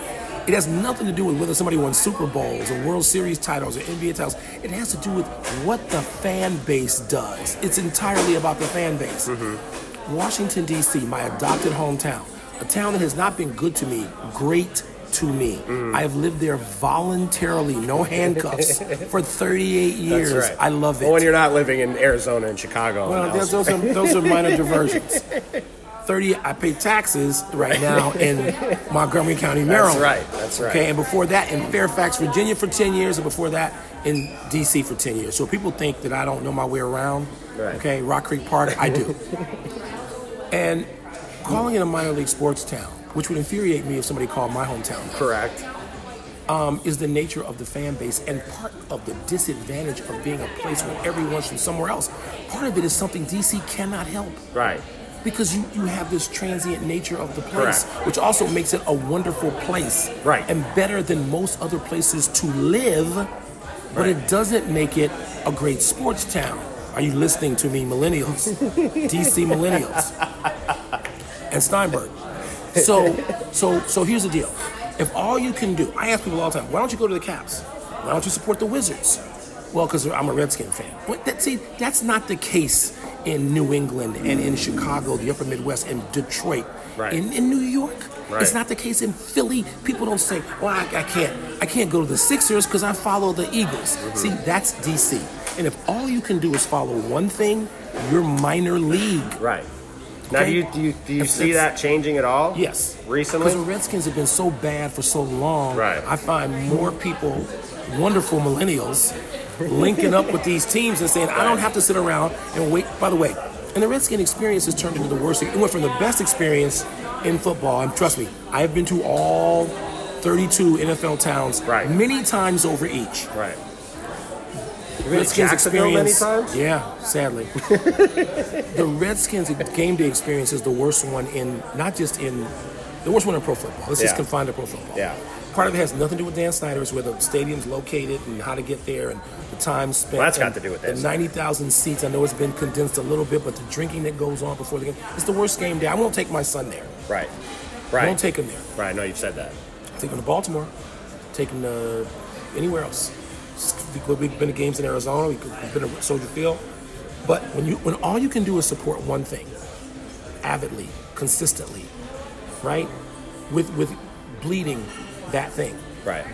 [SPEAKER 3] it has nothing to do with whether somebody won Super Bowls or World Series titles or NBA titles. It has to do with what the fan base does. It's entirely about the fan base.
[SPEAKER 4] Mm-hmm.
[SPEAKER 3] Washington, D.C., my adopted hometown, a town that has not been good to me, great to me.
[SPEAKER 4] Mm.
[SPEAKER 3] I have lived there
[SPEAKER 4] (laughs)
[SPEAKER 3] voluntarily, no handcuffs, for 38 years.
[SPEAKER 4] That's right.
[SPEAKER 3] I love it.
[SPEAKER 4] Well, when you're not living in Arizona and Chicago.
[SPEAKER 3] Well,
[SPEAKER 4] and
[SPEAKER 3] those, those are those are
[SPEAKER 4] (laughs)
[SPEAKER 3] minor diversions. Thirty, I pay taxes
[SPEAKER 4] (laughs)
[SPEAKER 3] right now in Montgomery County, Maryland.
[SPEAKER 4] right, that's right.
[SPEAKER 3] Okay, and before that in Fairfax, Virginia, for ten years, and before that in D.C. for ten years. So people think that I don't know my way around.
[SPEAKER 4] Right.
[SPEAKER 3] Okay, Rock Creek Park,
[SPEAKER 4] (laughs)
[SPEAKER 3] I do. and calling it a minor league sports town, which would infuriate me if somebody called my hometown that
[SPEAKER 4] correct.
[SPEAKER 3] is the nature of the fan base and part of the disadvantage of being a place where everyone's from somewhere else. Part of it is something DC cannot help
[SPEAKER 4] Right.
[SPEAKER 3] because you, you have this transient nature of the place,
[SPEAKER 4] Correct.
[SPEAKER 3] which also makes it a wonderful place.
[SPEAKER 4] Right.
[SPEAKER 3] And better than most other places to live, but it doesn't make it a great sports town. Are you listening to me, millennials? (laughs) DC millennials. And Steinberg. So so so here's the deal. If all you can do, I ask people all the time, why don't you go to the Caps? Why don't you support the Wizards? Well, because I'm a Redskin fan. But that, see, that's not the case in New England and in Chicago, the Upper Midwest, and Detroit,
[SPEAKER 4] Right.
[SPEAKER 3] in, in New York.
[SPEAKER 4] Right.
[SPEAKER 3] It's not the case in Philly. People don't say, "Well, I, I can't, I can't go to the Sixers because I follow the Eagles."
[SPEAKER 4] Mm-hmm.
[SPEAKER 3] See, that's DC. And if all you can do is follow one thing, you're minor league.
[SPEAKER 4] Right. Now,
[SPEAKER 3] Okay.
[SPEAKER 4] do you do you, do you
[SPEAKER 3] It's-
[SPEAKER 4] see that
[SPEAKER 3] it's-
[SPEAKER 4] changing at all?
[SPEAKER 3] Yes.
[SPEAKER 4] Recently.
[SPEAKER 3] Because the Redskins have been so bad for so long.
[SPEAKER 4] Right.
[SPEAKER 3] I find more people, wonderful millennials, linking up with these teams and saying, I don't have to sit around and wait. By the way, and the Redskin experience has turned into the worst. It went from the best experience in football, and trust me, I have been to all 32 NFL towns
[SPEAKER 4] Right.
[SPEAKER 3] many times over each.
[SPEAKER 4] Right.
[SPEAKER 3] Redskins
[SPEAKER 4] Jacksonville many
[SPEAKER 3] experience.
[SPEAKER 4] times?
[SPEAKER 3] Yeah, sadly.
[SPEAKER 4] (laughs)
[SPEAKER 3] the Redskins game day experience is the worst one in not just in the worst one in pro football. Let's just
[SPEAKER 4] Yeah.
[SPEAKER 3] confine to pro football.
[SPEAKER 4] Yeah.
[SPEAKER 3] Part of it has nothing to do with Dan Snyder. It's where the stadium's located and how to get there and the time spent.
[SPEAKER 4] Well, that's got
[SPEAKER 3] and
[SPEAKER 4] to do with
[SPEAKER 3] the
[SPEAKER 4] this.
[SPEAKER 3] 90,000 seats. I know it's been condensed a little bit, but the drinking that goes on before the game. It's the worst game day. I won't take my son there.
[SPEAKER 4] Right.
[SPEAKER 3] I
[SPEAKER 4] Right.
[SPEAKER 3] won't take him there.
[SPEAKER 4] right. No, you've said that.
[SPEAKER 3] Take him to Baltimore. Take him to anywhere else. We've been to games in Arizona. We've been to Soldier Field. But when you when all you can do is support one thing, avidly, consistently, right, with with bleeding that thing,
[SPEAKER 4] Right.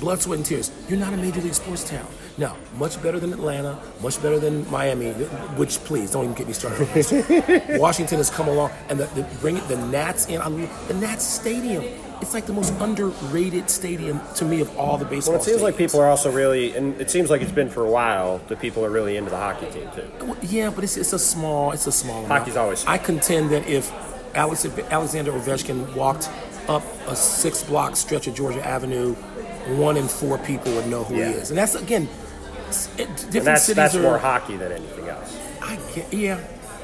[SPEAKER 3] blood, sweat, and tears. You're not a major league sports town. No, much better than Atlanta, much better than Miami. Which, please, don't even get me started.
[SPEAKER 4] (laughs)
[SPEAKER 3] on this. Washington has come along, and the, the bring it, the Nats in. I love, the Nats Stadium. It's like the most underrated stadium to me of all the baseball.
[SPEAKER 4] Well, it seems like
[SPEAKER 3] stadiums.
[SPEAKER 4] people are also really, and it seems like it's been for a while that people are really into the hockey team too.
[SPEAKER 3] Well, Yeah, but it's, it's a small it's a small. amount.
[SPEAKER 4] Hockey's always small.
[SPEAKER 3] I contend that if Alex, Alexander Ovechkin walked up a six block stretch of Georgia Avenue, one in four people would know who
[SPEAKER 4] Yeah.
[SPEAKER 3] he is, and that's again. s- It, different
[SPEAKER 4] And that's
[SPEAKER 3] cities
[SPEAKER 4] that's
[SPEAKER 3] are,
[SPEAKER 4] more hockey than anything else.
[SPEAKER 3] I get, yeah,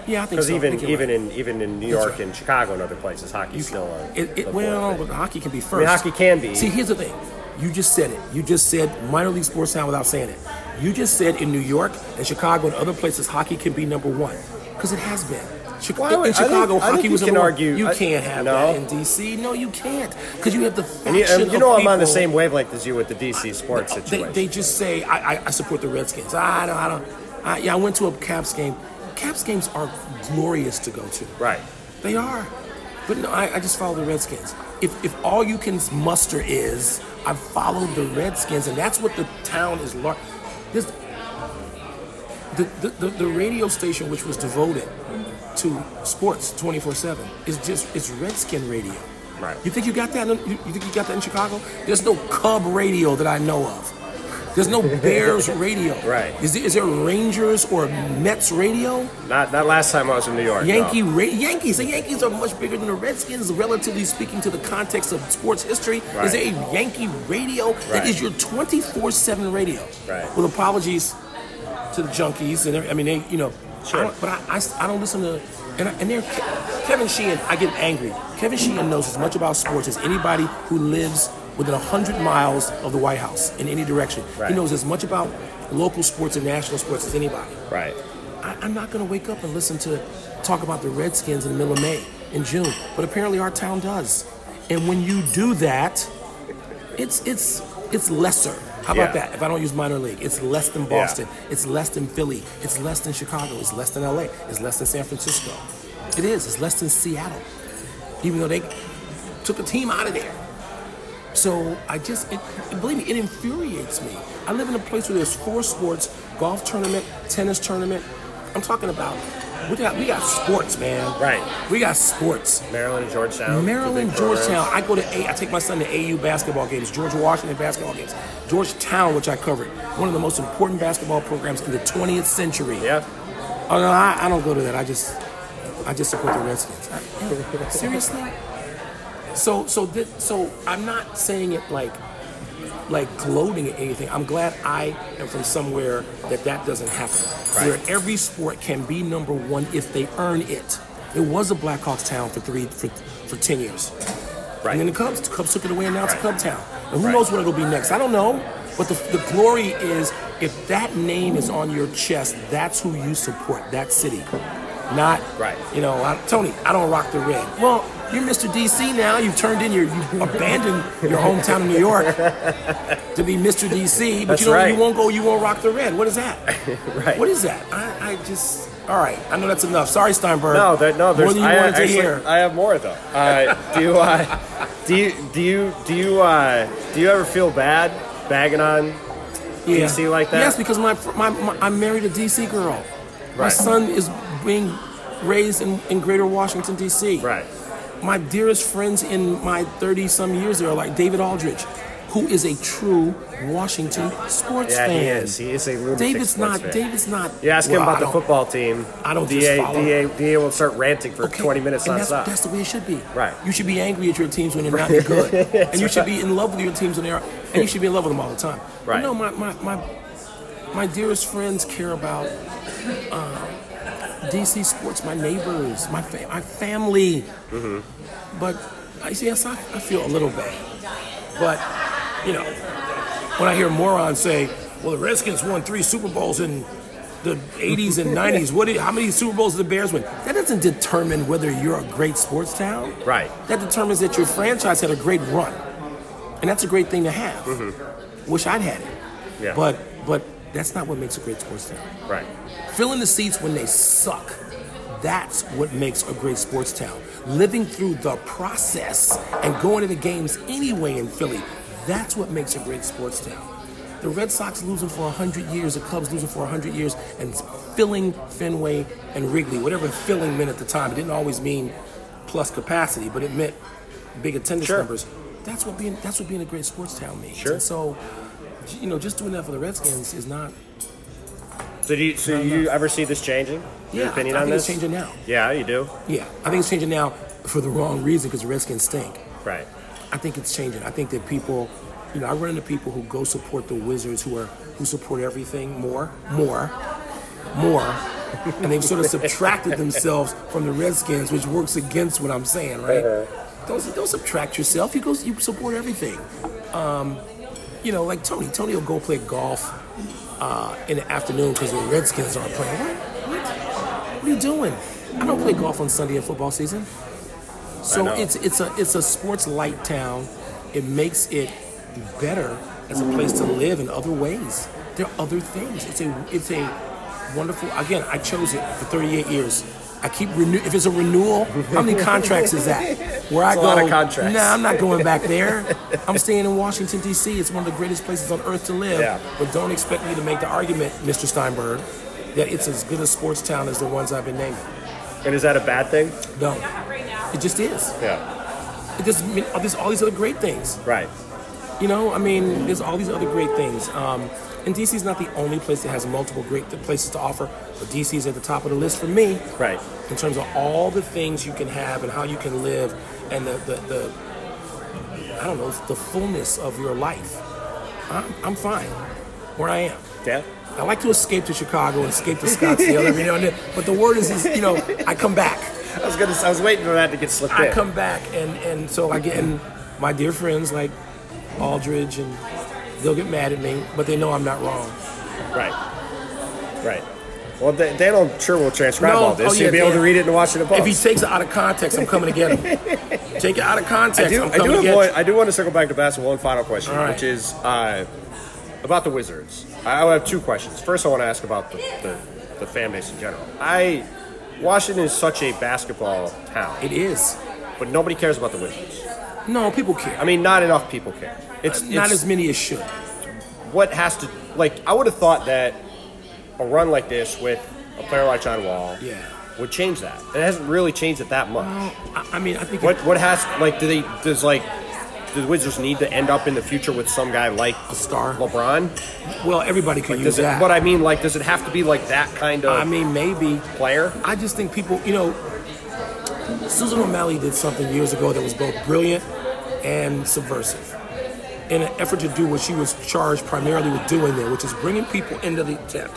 [SPEAKER 3] yeah. I think
[SPEAKER 4] Because
[SPEAKER 3] so. I
[SPEAKER 4] even
[SPEAKER 3] think you're
[SPEAKER 4] even in
[SPEAKER 3] right.
[SPEAKER 4] even in New
[SPEAKER 3] That's
[SPEAKER 4] York
[SPEAKER 3] right.
[SPEAKER 4] and Chicago and other places, hockey's still on.
[SPEAKER 3] it, it, well, but hockey can be first.
[SPEAKER 4] hockey can be.
[SPEAKER 3] See, here's the thing. You just said it. You just said minor league sports town without saying it. You just said in New York and Chicago and other places, hockey can be number one because it has been. Chi-
[SPEAKER 4] Well, I
[SPEAKER 3] in-
[SPEAKER 4] would-
[SPEAKER 3] in
[SPEAKER 4] I think-
[SPEAKER 3] Chicago,
[SPEAKER 4] I think
[SPEAKER 3] hockey
[SPEAKER 4] you
[SPEAKER 3] was
[SPEAKER 4] can
[SPEAKER 3] number one.
[SPEAKER 4] argue-
[SPEAKER 3] You
[SPEAKER 4] I-
[SPEAKER 3] can't have
[SPEAKER 4] no.
[SPEAKER 3] that in DC. No, you can't because you have the
[SPEAKER 4] And you,
[SPEAKER 3] faction
[SPEAKER 4] and you know
[SPEAKER 3] of
[SPEAKER 4] I'm on the
[SPEAKER 3] people-
[SPEAKER 4] same wavelength as you with the DC sports
[SPEAKER 3] they,
[SPEAKER 4] situation.
[SPEAKER 3] they just say I, I, I support the Redskins. I don't. I don't. I, yeah, I went to a Caps game. Caps games are glorious to go to.
[SPEAKER 4] right.
[SPEAKER 3] They are. But no, I, I just follow the Redskins. If, if all you can muster is, I've followed the Redskins, and that's what the town is large. This, the, the, the, the radio station, which was devoted to sports 24 7, is just it's Redskin radio.
[SPEAKER 4] Right.
[SPEAKER 3] You think you got that? In, you, you think you got that in Chicago? There's no Cub radio that I know of. There's no Bears radio.
[SPEAKER 4] Right.
[SPEAKER 3] Is there, is there Rangers or Mets radio?
[SPEAKER 4] Not not last time I was in New York. no.
[SPEAKER 3] Yankee Ra- Yankees. The Yankees are much bigger than the Redskins, relatively speaking, to the context of sports history.
[SPEAKER 4] Right.
[SPEAKER 3] Is there a Yankee radio?
[SPEAKER 4] Right.
[SPEAKER 3] That is your 24 7 radio.
[SPEAKER 4] Right.
[SPEAKER 3] With apologies to the junkies and every, I mean they you know
[SPEAKER 4] Sure.
[SPEAKER 3] I don't- but I, I s- I don't listen to and I, and they're Ke- Kevin Sheehan I get angry Kevin Sheehan knows as much about sports as anybody who lives within hundred miles of the White House in any direction
[SPEAKER 4] Right.
[SPEAKER 3] he knows as much about local sports and national sports as anybody
[SPEAKER 4] Right.
[SPEAKER 3] I, I'm not going to wake up and listen to talk about the Redskins in the middle of May, in June. But apparently our town does. And when you do that, it's it's it's lesser. How about
[SPEAKER 4] Yeah.
[SPEAKER 3] that? If I don't use minor league, it's less than Boston. It's less than Philly. It's less than Chicago. It's less than LA. It's less than San Francisco. It is. It's less than Seattle. Even though they took a team out of there. So I just, it, believe me, it infuriates me. I live in a place where there's four sports: golf tournament, tennis tournament. I'm talking about we got we got sports, man.
[SPEAKER 4] Right.
[SPEAKER 3] We got sports.
[SPEAKER 4] Maryland and Georgetown.
[SPEAKER 3] Maryland,
[SPEAKER 4] Two big programs.
[SPEAKER 3] Georgetown. I go to A. I take my son to AU basketball games, George Washington basketball games, Georgetown, which I covered, one of the most important basketball programs in the 20th century.
[SPEAKER 4] Yeah.
[SPEAKER 3] Oh no, I, I don't go to that. I just I just support the Redskins. I- seriously. So so thi- so I'm not saying it like like gloating at anything. I'm glad I am from somewhere that that doesn't happen. Where every sport can be number one if they earn it. It was a Blackhawks town for three for for ten years.
[SPEAKER 4] Right.
[SPEAKER 3] And then the Cubs, the Cubs took it away, and now it's
[SPEAKER 4] Right.
[SPEAKER 3] Cub Town. And who
[SPEAKER 4] Right.
[SPEAKER 3] knows what it'll be next? I don't know. But the, the glory is if that name is on your chest, that's who you support, that city. Not,
[SPEAKER 4] Right.
[SPEAKER 3] you know, I, Tony, I don't rock the red. Well, you're Mr. DC now. You've turned in your, you abandoned your hometown of New York (laughs) to be Mr. DC, but
[SPEAKER 4] That's
[SPEAKER 3] you know,
[SPEAKER 4] right.
[SPEAKER 3] you won't go, you won't rock the red. What is that?
[SPEAKER 4] (laughs) Right.
[SPEAKER 3] What is that? I, I just, all right, I know that's enough. Sorry, Steinberg.
[SPEAKER 4] No, there, no. There's.
[SPEAKER 3] More than you
[SPEAKER 4] I,
[SPEAKER 3] wanted to
[SPEAKER 4] actually-
[SPEAKER 3] hear.
[SPEAKER 4] I have more though. Uh, do you? Uh, do you? Do you? Do you? Uh, do you ever feel bad bagging on?
[SPEAKER 3] Yeah.
[SPEAKER 4] DC like that?
[SPEAKER 3] Yes, because my, my, my I'm married a DC girl. My
[SPEAKER 4] Right.
[SPEAKER 3] son is being raised in, in Greater Washington DC.
[SPEAKER 4] Right.
[SPEAKER 3] My dearest friends in my 30 some years there are like David Aldridge, who is a true Washington sports
[SPEAKER 4] Yeah,
[SPEAKER 3] fan.
[SPEAKER 4] he is. He is a lunatic.
[SPEAKER 3] David's
[SPEAKER 4] sports
[SPEAKER 3] not.
[SPEAKER 4] fan.
[SPEAKER 3] David's not.
[SPEAKER 4] You ask him
[SPEAKER 3] well,
[SPEAKER 4] about
[SPEAKER 3] I
[SPEAKER 4] the
[SPEAKER 3] don't-
[SPEAKER 4] football team.
[SPEAKER 3] I don't just
[SPEAKER 4] DA,
[SPEAKER 3] follow.
[SPEAKER 4] DA, DA will start ranting for
[SPEAKER 3] Okay,
[SPEAKER 4] 20 minutes
[SPEAKER 3] and
[SPEAKER 4] on
[SPEAKER 3] that's,
[SPEAKER 4] stop.
[SPEAKER 3] that's the way it should be.
[SPEAKER 4] Right.
[SPEAKER 3] You should be angry at your teams when they're not
[SPEAKER 4] (laughs)
[SPEAKER 3] good, and you should be in love with your teams when they are, and you should be in love with them all the time.
[SPEAKER 4] Right.
[SPEAKER 3] You know, my my my, my dearest friends care about uh, DC sports. My neighbors, my fa- my family.
[SPEAKER 4] Mm-hmm.
[SPEAKER 3] But I yes, I, I feel a little bad. But you know, when I hear morons say, "Well, the Redskins won three Super Bowls in the 80s and 90s. What? do you- how many Super Bowls did the Bears win? That doesn't determine whether you're a great sports town.
[SPEAKER 4] Right.
[SPEAKER 3] That determines that your franchise had a great run, and that's a great thing to have. Wish I'd had it.
[SPEAKER 4] Yeah.
[SPEAKER 3] But but that's not what makes a great sports town.
[SPEAKER 4] Right.
[SPEAKER 3] Filling the seats when they suck. That's what makes a great sports town. Living through the process and going to the games anyway in Philly. That's what makes a great sports town. The Red Sox losing for 100 years, the Cubs losing for 100 years, and filling Fenway and Wrigley, whatever filling meant at the time. It didn't always mean plus capacity, but it meant big attendance
[SPEAKER 4] Sure.
[SPEAKER 3] numbers. That's what being that's what being a great sports town means.
[SPEAKER 4] Sure.
[SPEAKER 3] And so, you know, just doing that for the Redskins is not
[SPEAKER 4] So do you, so you ever see this changing? Your
[SPEAKER 3] yeah,
[SPEAKER 4] opinion
[SPEAKER 3] I, I
[SPEAKER 4] on
[SPEAKER 3] think
[SPEAKER 4] this?
[SPEAKER 3] it's changing now.
[SPEAKER 4] Yeah, you do.
[SPEAKER 3] Yeah, I think it's changing now for the wrong reason because the Redskins stink.
[SPEAKER 4] Right.
[SPEAKER 3] I think it's changing. I think that people, you know, I run into people who go support the Wizards who are who support everything more, more, more, and they've sort of subtracted themselves from the Redskins, which works against what I'm saying, right? Don't don't subtract yourself. You go you support everything. Um, you know, like Tony. Tony will go play golf uh, in the afternoon because the Redskins aren't playing. What? What? What are you doing? I don't play golf on Sunday in football season. So
[SPEAKER 4] know.
[SPEAKER 3] it's it's a it's a sports light town. It makes it better as a place to live in other ways. There are other things. It's a it's a wonderful. Again, I chose it for 38 years. I keep renew. If it's a renewal, how many contracts is that? Where I
[SPEAKER 4] It's a
[SPEAKER 3] go,
[SPEAKER 4] lot of contracts.
[SPEAKER 3] Nah, I'm not going back there. I'm staying in Washington D.C. It's one of the greatest places on earth to live.
[SPEAKER 4] Yeah.
[SPEAKER 3] But don't expect me to make the argument, Mr. Steinberg, that it's as good a sports town as the ones I've been naming.
[SPEAKER 4] And is that a bad thing?
[SPEAKER 3] No, it just is.
[SPEAKER 4] Yeah.
[SPEAKER 3] It just I mean, there's all these other great things.
[SPEAKER 4] Right.
[SPEAKER 3] You know, I mean, there's all these other great things. Um, and DC is not the only place that has multiple great th- places to offer, but DC is at the top of the list for me
[SPEAKER 4] Right.
[SPEAKER 3] in terms of all the things you can have and how you can live and the, the, the I don't know, the fullness of your life. I'm, I'm fine where I am.
[SPEAKER 4] Yeah.
[SPEAKER 3] I like to escape to Chicago and escape to Scottsdale every now and then. But the word is, is you know, I come back.
[SPEAKER 4] I was gonna. I was waiting for that to get slipped
[SPEAKER 3] I
[SPEAKER 4] in.
[SPEAKER 3] come back, and and so I get and my dear friends like Aldridge, and they'll get mad at me, but they know I'm not wrong.
[SPEAKER 4] right. Right. Well, Dan, Dan, I'm sure will transcribe
[SPEAKER 3] No,
[SPEAKER 4] all this. so
[SPEAKER 3] oh, yeah,
[SPEAKER 4] you'll be able
[SPEAKER 3] Dan.
[SPEAKER 4] to read it and watch it in post.
[SPEAKER 3] If he takes it out of context, I'm coming to get him. Take it out of context,
[SPEAKER 4] I do,
[SPEAKER 3] I'm
[SPEAKER 4] I
[SPEAKER 3] coming
[SPEAKER 4] do,
[SPEAKER 3] to get
[SPEAKER 4] avoid,
[SPEAKER 3] you.
[SPEAKER 4] I do want to circle back to basketball. One final question,
[SPEAKER 3] All right.
[SPEAKER 4] which is uh, about the Wizards. I I have two questions. First, I want to ask about the, the, the fan base in general. I Washington is such a basketball town,
[SPEAKER 3] It is.
[SPEAKER 4] but nobody cares about the Wizards.
[SPEAKER 3] No, people care.
[SPEAKER 4] I mean, not enough people care. It's
[SPEAKER 3] not
[SPEAKER 4] it's
[SPEAKER 3] as many as should.
[SPEAKER 4] what has to like. I would have thought that a run like this with a player like John Wall
[SPEAKER 3] Yeah.
[SPEAKER 4] would change that. It hasn't really changed it that much.
[SPEAKER 3] I, I mean, I think
[SPEAKER 4] What what has like do they does like do the Wizards need to end up in the future with some guy like
[SPEAKER 3] a star.
[SPEAKER 4] LeBron?
[SPEAKER 3] Well, everybody could use
[SPEAKER 4] Does it,
[SPEAKER 3] that.
[SPEAKER 4] what I mean like does it have to be like that kind of
[SPEAKER 3] I mean, maybe.
[SPEAKER 4] player?
[SPEAKER 3] I just think people, you know, Susan O'Malley did something years ago that was both brilliant and subversive in an effort to do what she was charged primarily with doing there, which is bringing people into the tent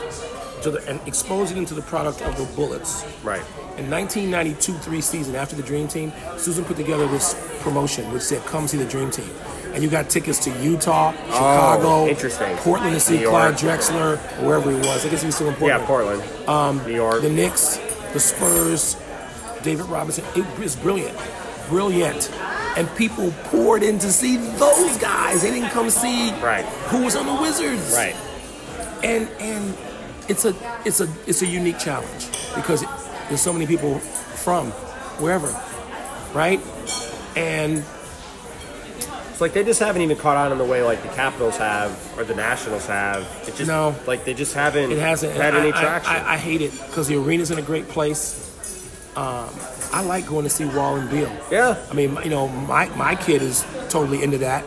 [SPEAKER 3] to the, and exposing them to the product of the Bullets.
[SPEAKER 4] Right.
[SPEAKER 3] In 1992-3 season, after the Dream Team, Susan put together this promotion which said, "Come see the Dream Team," and you got tickets to Utah, Chicago,
[SPEAKER 4] Oh, interesting.
[SPEAKER 3] Portland to see
[SPEAKER 4] New York.
[SPEAKER 3] Clyde Drexler, wherever he was. I guess he was still in Portland.
[SPEAKER 4] Yeah, Portland. Um New York.
[SPEAKER 3] The Knicks, the Spurs, David Robinson. It was brilliant, brilliant, and people poured in to see those guys. They didn't come see
[SPEAKER 4] Right.
[SPEAKER 3] who was on the Wizards
[SPEAKER 4] right.
[SPEAKER 3] and and it's a it's a it's a unique challenge because there's so many people from wherever, right? And
[SPEAKER 4] It's like they just haven't even caught on in the way like the Capitals have or the Nationals have. It just
[SPEAKER 3] No.
[SPEAKER 4] like they just haven't
[SPEAKER 3] it hasn't
[SPEAKER 4] had
[SPEAKER 3] I-
[SPEAKER 4] any
[SPEAKER 3] I,
[SPEAKER 4] traction.
[SPEAKER 3] I, I hate it because the arena's in a great place. Um, I like going to see Wall and Beal.
[SPEAKER 4] yeah.
[SPEAKER 3] I mean, you know, my my kid is totally into that,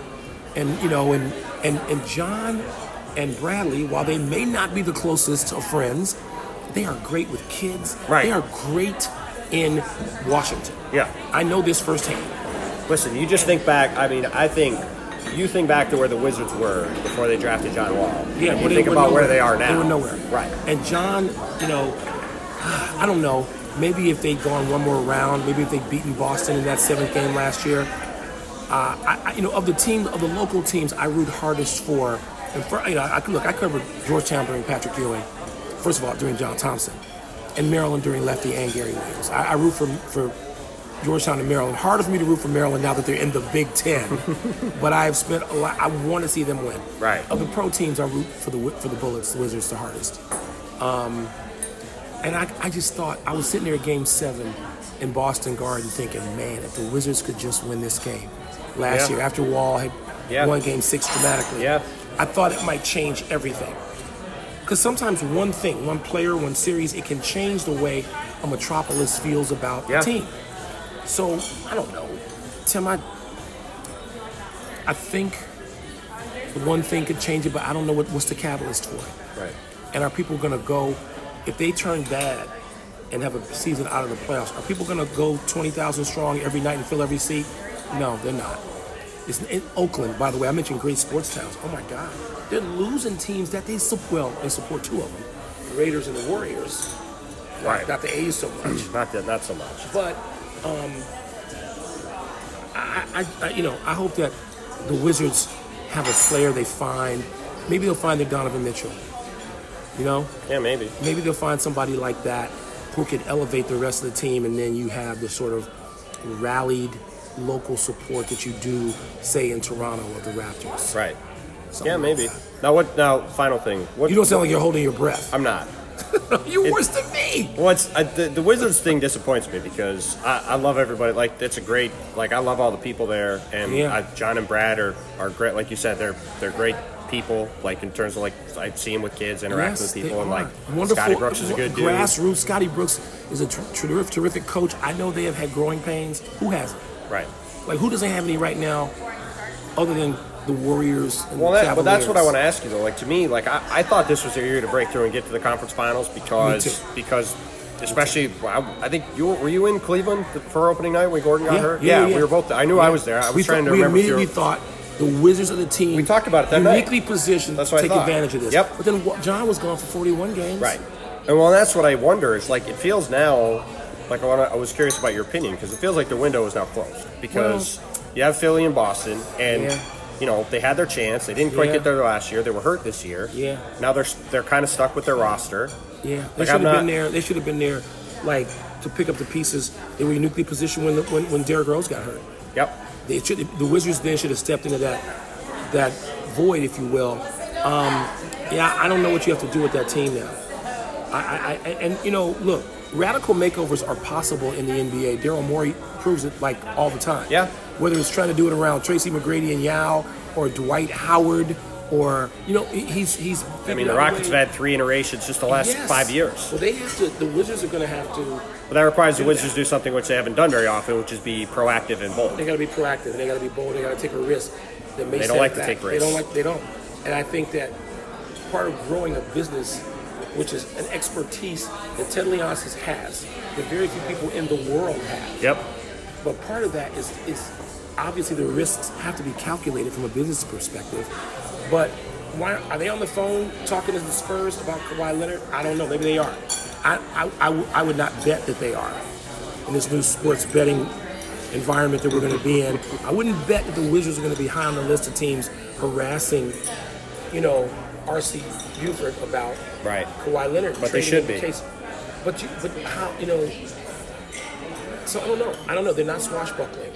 [SPEAKER 3] and you know, and and and John and Bradley, while they may not be the closest of friends, they are great with kids.
[SPEAKER 4] Right.
[SPEAKER 3] They are great in Washington.
[SPEAKER 4] Yeah.
[SPEAKER 3] I know this firsthand.
[SPEAKER 4] Listen, you just think back. I mean, I think you think back to where the Wizards were before they drafted John Wall.
[SPEAKER 3] Yeah,
[SPEAKER 4] And
[SPEAKER 3] but
[SPEAKER 4] you
[SPEAKER 3] they
[SPEAKER 4] think
[SPEAKER 3] were
[SPEAKER 4] about
[SPEAKER 3] nowhere.
[SPEAKER 4] where they are now.
[SPEAKER 3] They were nowhere.
[SPEAKER 4] Right.
[SPEAKER 3] And John, you know, (sighs) I don't know. Maybe if they'd gone one more round, maybe if they'd beaten Boston in that seventh game last year. Uh, I, I, you know, of the team, of the local teams, I root hardest for. And for, you know, I, look, I covered Georgetown during Patrick Ewing. First of all, during John Thompson, and Maryland during Lefty and Gary Williams. I, I root for for Georgetown and Maryland. Harder for me to root for Maryland now that they're in the Big Ten. but I have spent a lot. I want to see them win.
[SPEAKER 4] Right.
[SPEAKER 3] Of the pro teams, I root for the Wi- for the Bullets, the Wizards, the hardest. Um, and I, I just thought I was sitting there at Game Seven in Boston Garden, thinking, man, if the Wizards could just win this game last
[SPEAKER 4] Yeah.
[SPEAKER 3] year after Wall had
[SPEAKER 4] Yeah.
[SPEAKER 3] won Game Six dramatically,
[SPEAKER 4] Yeah.
[SPEAKER 3] I thought it might change everything. Because sometimes one thing, one player, one series, it can change the way a metropolis feels about
[SPEAKER 4] Yeah.
[SPEAKER 3] the team. So I don't know, Tim. I I think one thing could change it, but I don't know what, what's the catalyst for it.
[SPEAKER 4] Right.
[SPEAKER 3] And are people going to go if they turn bad and have a season out of the playoffs? Are people going to go twenty thousand strong every night and fill every seat? No, they're not. It's in Oakland, by the way. I mentioned great sports towns. Oh my God, they're losing teams that they support. Well, they support two of them, the Raiders and the Warriors.
[SPEAKER 4] Right.
[SPEAKER 3] Not the A's so much.
[SPEAKER 4] Not that. Not so much.
[SPEAKER 3] But um, I, I, I, you know, I hope that the Wizards have a player they find. Maybe they'll find their Donovan Mitchell. You know,
[SPEAKER 4] Yeah, maybe.
[SPEAKER 3] maybe they'll find somebody like that who could elevate the rest of the team, and then you have the sort of rallied local support that you do, say, in Toronto with the Raptors.
[SPEAKER 4] Right.
[SPEAKER 3] Something
[SPEAKER 4] Yeah,
[SPEAKER 3] like
[SPEAKER 4] maybe.
[SPEAKER 3] that.
[SPEAKER 4] Now what? Now final thing. What?
[SPEAKER 3] You don't sound like you're holding
[SPEAKER 4] (laughs)
[SPEAKER 3] your breath.
[SPEAKER 4] I'm not.
[SPEAKER 3] you're worse than me.
[SPEAKER 4] Well, it's, I, the, the Wizards thing disappoints me because I, I love everybody. Like, it's a great. Like, I love all the people there, and
[SPEAKER 3] Yeah.
[SPEAKER 4] I, John and Brad are, are great. Like you said, they're they're great people. Like in terms of like I see him with kids, interacting
[SPEAKER 3] Yes,
[SPEAKER 4] with
[SPEAKER 3] they
[SPEAKER 4] people, and
[SPEAKER 3] are.
[SPEAKER 4] like Scotty Brooks is a good dude.
[SPEAKER 3] grassroots. Scotty Brooks is a ter- ter- terrific coach. I know they have had growing pains. Who hasn't?
[SPEAKER 4] Right.
[SPEAKER 3] Like who doesn't have any right now, other than the Warriors? And
[SPEAKER 4] Well,
[SPEAKER 3] the
[SPEAKER 4] that, but that's what I
[SPEAKER 3] Cavaliers?
[SPEAKER 4] want to ask you though. Like to me, like I, I thought this was their year to break through and get to the conference finals
[SPEAKER 3] Me
[SPEAKER 4] because
[SPEAKER 3] too.
[SPEAKER 4] because especially I, I think you were were you in Cleveland for opening night when Gordon got hurt. we were both. I knew I
[SPEAKER 3] Yeah.
[SPEAKER 4] was there. I was
[SPEAKER 3] we
[SPEAKER 4] trying to
[SPEAKER 3] thought-
[SPEAKER 4] remember.
[SPEAKER 3] We
[SPEAKER 4] if you
[SPEAKER 3] immediately
[SPEAKER 4] were-
[SPEAKER 3] thought The Wizards are the team
[SPEAKER 4] We talked about it that night.
[SPEAKER 3] uniquely positioned
[SPEAKER 4] That's
[SPEAKER 3] to
[SPEAKER 4] what I
[SPEAKER 3] take
[SPEAKER 4] thought.
[SPEAKER 3] advantage of this.
[SPEAKER 4] Yep.
[SPEAKER 3] But then what, John was gone for 41 games.
[SPEAKER 4] Right. And well, that's what I wonder. Is like it feels now, like I, wanna, I was curious about your opinion because it feels like the window is now closed because you have Philly and Boston, and
[SPEAKER 3] Yeah.
[SPEAKER 4] you know they had their chance. They didn't quite
[SPEAKER 3] Yeah.
[SPEAKER 4] get there last year. They were hurt this year.
[SPEAKER 3] Yeah.
[SPEAKER 4] Now they're s- they're kind of stuck with their roster.
[SPEAKER 3] Yeah, they
[SPEAKER 4] Like,
[SPEAKER 3] should
[SPEAKER 4] I'm
[SPEAKER 3] have
[SPEAKER 4] not-
[SPEAKER 3] been there. They should have been there, like to pick up the pieces. They were uniquely positioned when the, when, when Derrick Rose got hurt.
[SPEAKER 4] Yep.
[SPEAKER 3] They should the Wizards then should have stepped into that that void, if you will. Um, yeah, I don't know what you have to do with that team now. I, I, I and you know, look, radical makeovers are possible in the NBA. Daryl Morey proves it like all the time.
[SPEAKER 4] Yeah.
[SPEAKER 3] Whether it's trying to do it around Tracy McGrady and Yao or Dwight Howard or you know he- he's he's.
[SPEAKER 4] I mean, the Rockets have had three iterations just the last five years.
[SPEAKER 3] Well, they have to. The Wizards are going to have to.
[SPEAKER 4] But that requires the Wizards to do something which they haven't done very often, which is be proactive and bold.
[SPEAKER 3] They got to be proactive. They got to be bold. They got to take a risk. That may
[SPEAKER 4] They don't
[SPEAKER 3] set
[SPEAKER 4] like to
[SPEAKER 3] back.
[SPEAKER 4] take
[SPEAKER 3] They don't
[SPEAKER 4] risks.
[SPEAKER 3] like. They don't. And I think that part of growing a business, which is an expertise that Ted Leonsis has, that very few people in the world have.
[SPEAKER 4] Yep.
[SPEAKER 3] But part of that is is obviously the risks have to be calculated from a business perspective. But why are they on the phone talking to the Spurs about Kawhi Leonard? I don't know. Maybe they are. I I, I, w- I would not bet that they are in this new sports betting environment that we're going to be in. I wouldn't bet that the Wizards are going to be high on the list of teams harassing, you know, RC Buford about
[SPEAKER 4] Right.
[SPEAKER 3] Kawhi Leonard.
[SPEAKER 4] But they
[SPEAKER 3] trading
[SPEAKER 4] should
[SPEAKER 3] him in
[SPEAKER 4] be.
[SPEAKER 3] Case. But you, but how you know? So I don't know. I don't know. They're not swashbuckling,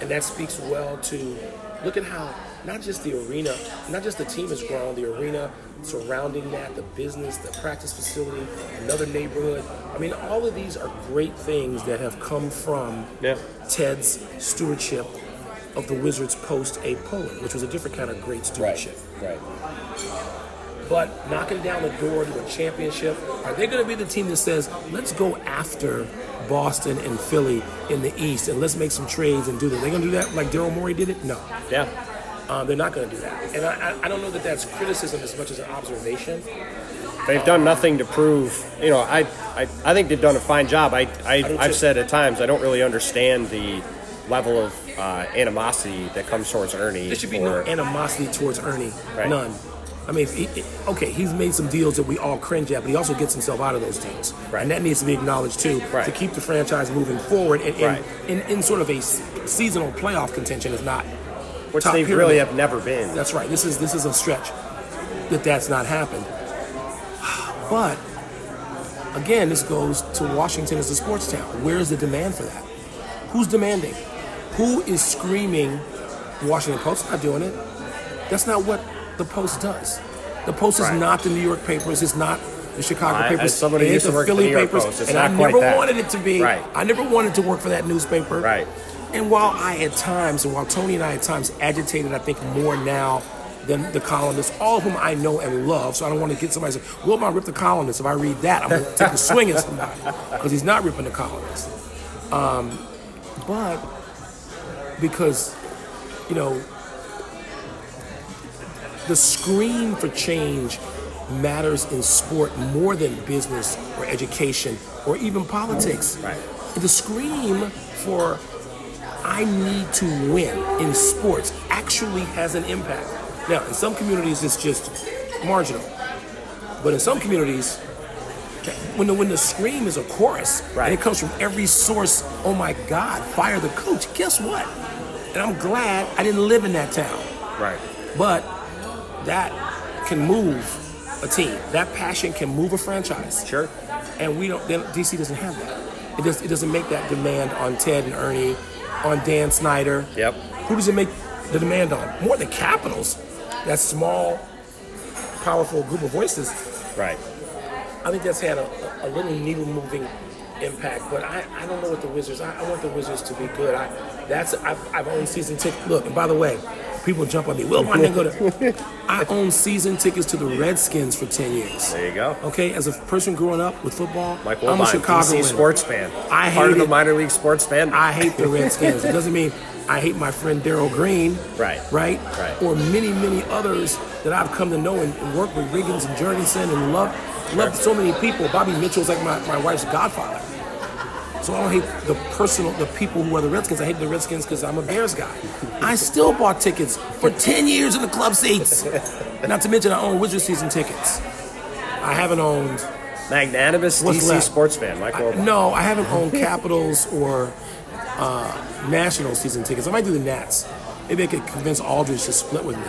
[SPEAKER 3] and that speaks well to look at how not just the arena, not just the team has grown, the arena surrounding that, the business, the practice facility, another neighborhood. I mean, all of these are great things that have come from
[SPEAKER 4] Yeah.
[SPEAKER 3] Ted's stewardship of the Wizards post a Poland, which was a different kind of great stewardship.
[SPEAKER 4] Right.
[SPEAKER 3] But knocking down the door to a championship, are they going to be the team that says, let's go after Boston and Philly in the East and let's make some trades and do that? They're going to do that like Daryl Morey did it? No.
[SPEAKER 4] Yeah.
[SPEAKER 3] Um, they're not going to do that. And I, I- I don't know that that's criticism as much as an observation.
[SPEAKER 4] They've done nothing to prove. You know, I I, I think they've done a fine job. I, I
[SPEAKER 3] do too.
[SPEAKER 4] I've said at times I don't really understand the level of uh, animosity that comes towards Ernie.
[SPEAKER 3] There should be
[SPEAKER 4] or-
[SPEAKER 3] no animosity towards Ernie.
[SPEAKER 4] Right.
[SPEAKER 3] None. I mean, if he, i- okay, he's made some deals that we all cringe at, but he also gets himself out of those deals.
[SPEAKER 4] Right.
[SPEAKER 3] And that needs to be acknowledged too to
[SPEAKER 4] Right.
[SPEAKER 3] keep the franchise moving forward and, and,
[SPEAKER 4] Right.
[SPEAKER 3] in, in sort of a s- seasonal playoff contention, if not
[SPEAKER 4] which
[SPEAKER 3] top
[SPEAKER 4] they
[SPEAKER 3] pyramid.
[SPEAKER 4] really have never been.
[SPEAKER 3] That's right. This is this is a stretch that that's not happened. But again, this goes to Washington as a sports town. Where is the demand for that? Who's demanding? Who is screaming? Washington Post's not doing it. That's not what the Post does. The Post
[SPEAKER 4] Right.
[SPEAKER 3] is not the New York papers. It's not the Chicago
[SPEAKER 4] I- as
[SPEAKER 3] papers.
[SPEAKER 4] somebody
[SPEAKER 3] it ain't
[SPEAKER 4] used to
[SPEAKER 3] the
[SPEAKER 4] work for
[SPEAKER 3] Philly
[SPEAKER 4] the New York
[SPEAKER 3] papers,
[SPEAKER 4] Post, it's
[SPEAKER 3] and I
[SPEAKER 4] not quite
[SPEAKER 3] never
[SPEAKER 4] that.
[SPEAKER 3] wanted it to be.
[SPEAKER 4] Right.
[SPEAKER 3] I never wanted to work for that newspaper.
[SPEAKER 4] Right.
[SPEAKER 3] And while I at times, and while Tony and I at times agitated, I think more now than the columnists, all of whom I know and love. So I don't want to get somebody to say, Wilmot ripped the columnist. If I read that, I'm going to take a swing at somebody because he's not ripping the columnist. Um, but because, you know, the screen for change matters in sport more than business or education or even politics.
[SPEAKER 4] Right.
[SPEAKER 3] The scream for I need to win in sports actually has an impact. Now, in some communities, it's just marginal. But in some communities, when the, when the scream is a chorus
[SPEAKER 4] Right.
[SPEAKER 3] and it comes from every source, oh my God, fire the coach, guess what? And I'm glad I didn't live in that town.
[SPEAKER 4] Right.
[SPEAKER 3] But that can move a team. That passion can move a franchise.
[SPEAKER 4] Sure.
[SPEAKER 3] And we don't. Then DC doesn't have that. It, does, it doesn't make that demand on Ted and Ernie, on Dan Snyder.
[SPEAKER 4] Yep.
[SPEAKER 3] Who does it make the demand on? More the Capitals. That small, powerful group of voices.
[SPEAKER 4] Right.
[SPEAKER 3] I think that's had a, a little needle moving impact, but I, I don't know what the Wizards. I, I want the Wizards to be good. I that's I've, I've owned season tickets. Look, and by the way, people jump on me. Will my nigga? go
[SPEAKER 4] (laughs)
[SPEAKER 3] to-" I own season tickets to the Redskins for ten years.
[SPEAKER 4] There you go.
[SPEAKER 3] Okay, as a person growing up with football,
[SPEAKER 4] Michael
[SPEAKER 3] I'm a
[SPEAKER 4] Irvine,
[SPEAKER 3] Chicago
[SPEAKER 4] DC sports fan.
[SPEAKER 3] I
[SPEAKER 4] part of
[SPEAKER 3] hate
[SPEAKER 4] the
[SPEAKER 3] it.
[SPEAKER 4] minor league sports fan.
[SPEAKER 3] I hate the Redskins. it doesn't mean I hate my friend Daryl Green,
[SPEAKER 4] Right.
[SPEAKER 3] right,
[SPEAKER 4] Right.
[SPEAKER 3] or many, many others that I've come to know and, and work with Riggins and Jurgensen and love, love so many people. Bobby Mitchell's like my, my wife's godfather. So I don't hate the personal, the people who are the Redskins. I hate the Redskins because I'm a Bears guy. I still bought tickets for 10 years in the
[SPEAKER 4] (laughs)
[SPEAKER 3] club seats. Not to mention I own Wizard season tickets. I haven't owned
[SPEAKER 4] Magnanimous
[SPEAKER 3] What's
[SPEAKER 4] DC
[SPEAKER 3] left?
[SPEAKER 4] sports fan, Mike Orban.
[SPEAKER 3] No, I haven't owned Capitals or uh, National season tickets. I might do the Nats. Maybe I could convince Aldridge to split with me.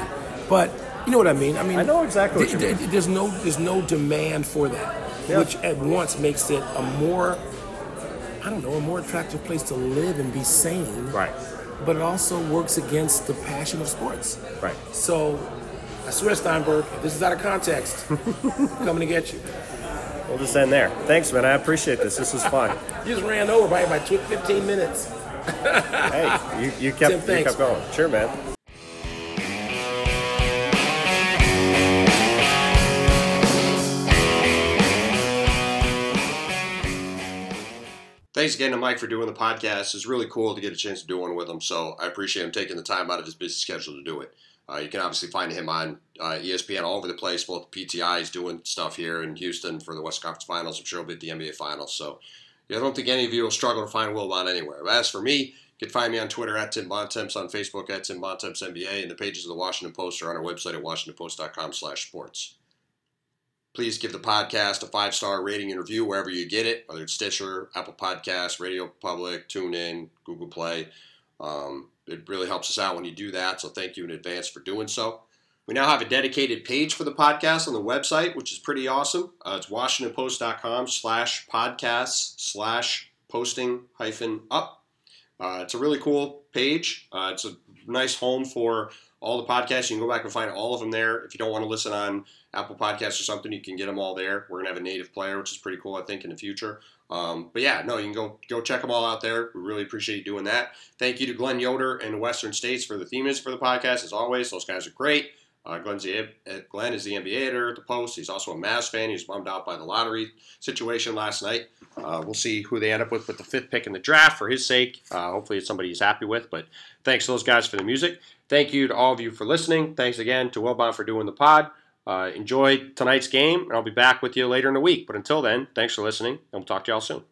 [SPEAKER 3] But you know what I mean. I mean,
[SPEAKER 4] I know exactly what
[SPEAKER 3] th-
[SPEAKER 4] you
[SPEAKER 3] th- There's no there's no demand for that,
[SPEAKER 4] Yeah.
[SPEAKER 3] which at once makes it a more I don't know a more attractive place to live and be sane.
[SPEAKER 4] Right,
[SPEAKER 3] But it also works against the passion of sports.
[SPEAKER 4] right.
[SPEAKER 3] So. I swear, Steinberg, if this is out of context, (laughs) coming to get you.
[SPEAKER 4] We'll just end there. Thanks, man. I appreciate this. This was
[SPEAKER 3] (laughs)
[SPEAKER 4] fun.
[SPEAKER 3] You just ran over by by tw- 15 minutes.
[SPEAKER 4] hey, you, you kept
[SPEAKER 3] Tim,
[SPEAKER 4] you
[SPEAKER 3] thanks,
[SPEAKER 4] kept going. Sure, man.
[SPEAKER 2] Thanks again to Mike for doing the podcast. It's really cool to get a chance to do one with him, so I appreciate him taking the time out of his busy schedule to do it. Uh, you can obviously find him on uh, ESPN all over the place, both PTI is doing stuff here in Houston for the West Conference Finals. I'm sure he'll be at the NBA Finals, so yeah, I don't think any of you will struggle to find Wilbon anywhere. But as for me, you can find me on Twitter at Tim Bontemps, on Facebook at Tim Bontemps NBA, and the pages of the Washington Post are on our website at washingtonpost.com slash sports. Please give the podcast a five star rating and review wherever you get it, whether it's Stitcher, Apple Podcasts, Radio Public, TuneIn, Google Play. Um, it really helps us out when you do that, so thank you in advance for doing so. We now have a dedicated page for the podcast on the website, which is pretty awesome. Uh, it's washingtonpost.com slash podcasts slash posting hyphen up. Uh, it's a really cool page. Uh, it's a nice home for all the podcasts. You can go back and find all of them there. If you don't want to listen on Apple Podcasts or something, you can get them all there. We're gonna have a native player, which is pretty cool, I think, in the future. Um, but yeah, no, you can go go check them all out there. We really appreciate you doing that. Thank you to Glenn Yoder and Western States for the theme is for the podcast. As always, those guys are great. Uh, Glenn's the, uh, Glenn is the NBA editor at the Post. He's also a Mavs fan. He was bummed out by the lottery situation last night. Uh, we'll see who they end up with with the fifth pick in the draft for his sake. Uh, hopefully, it's somebody he's happy with. But thanks to those guys for the music. Thank you to all of you for listening. Thanks again to Wilbon for doing the pod. Uh, enjoy tonight's game, and I'll be back with you later in the week. But until then, thanks for listening, and we'll talk to y'all soon.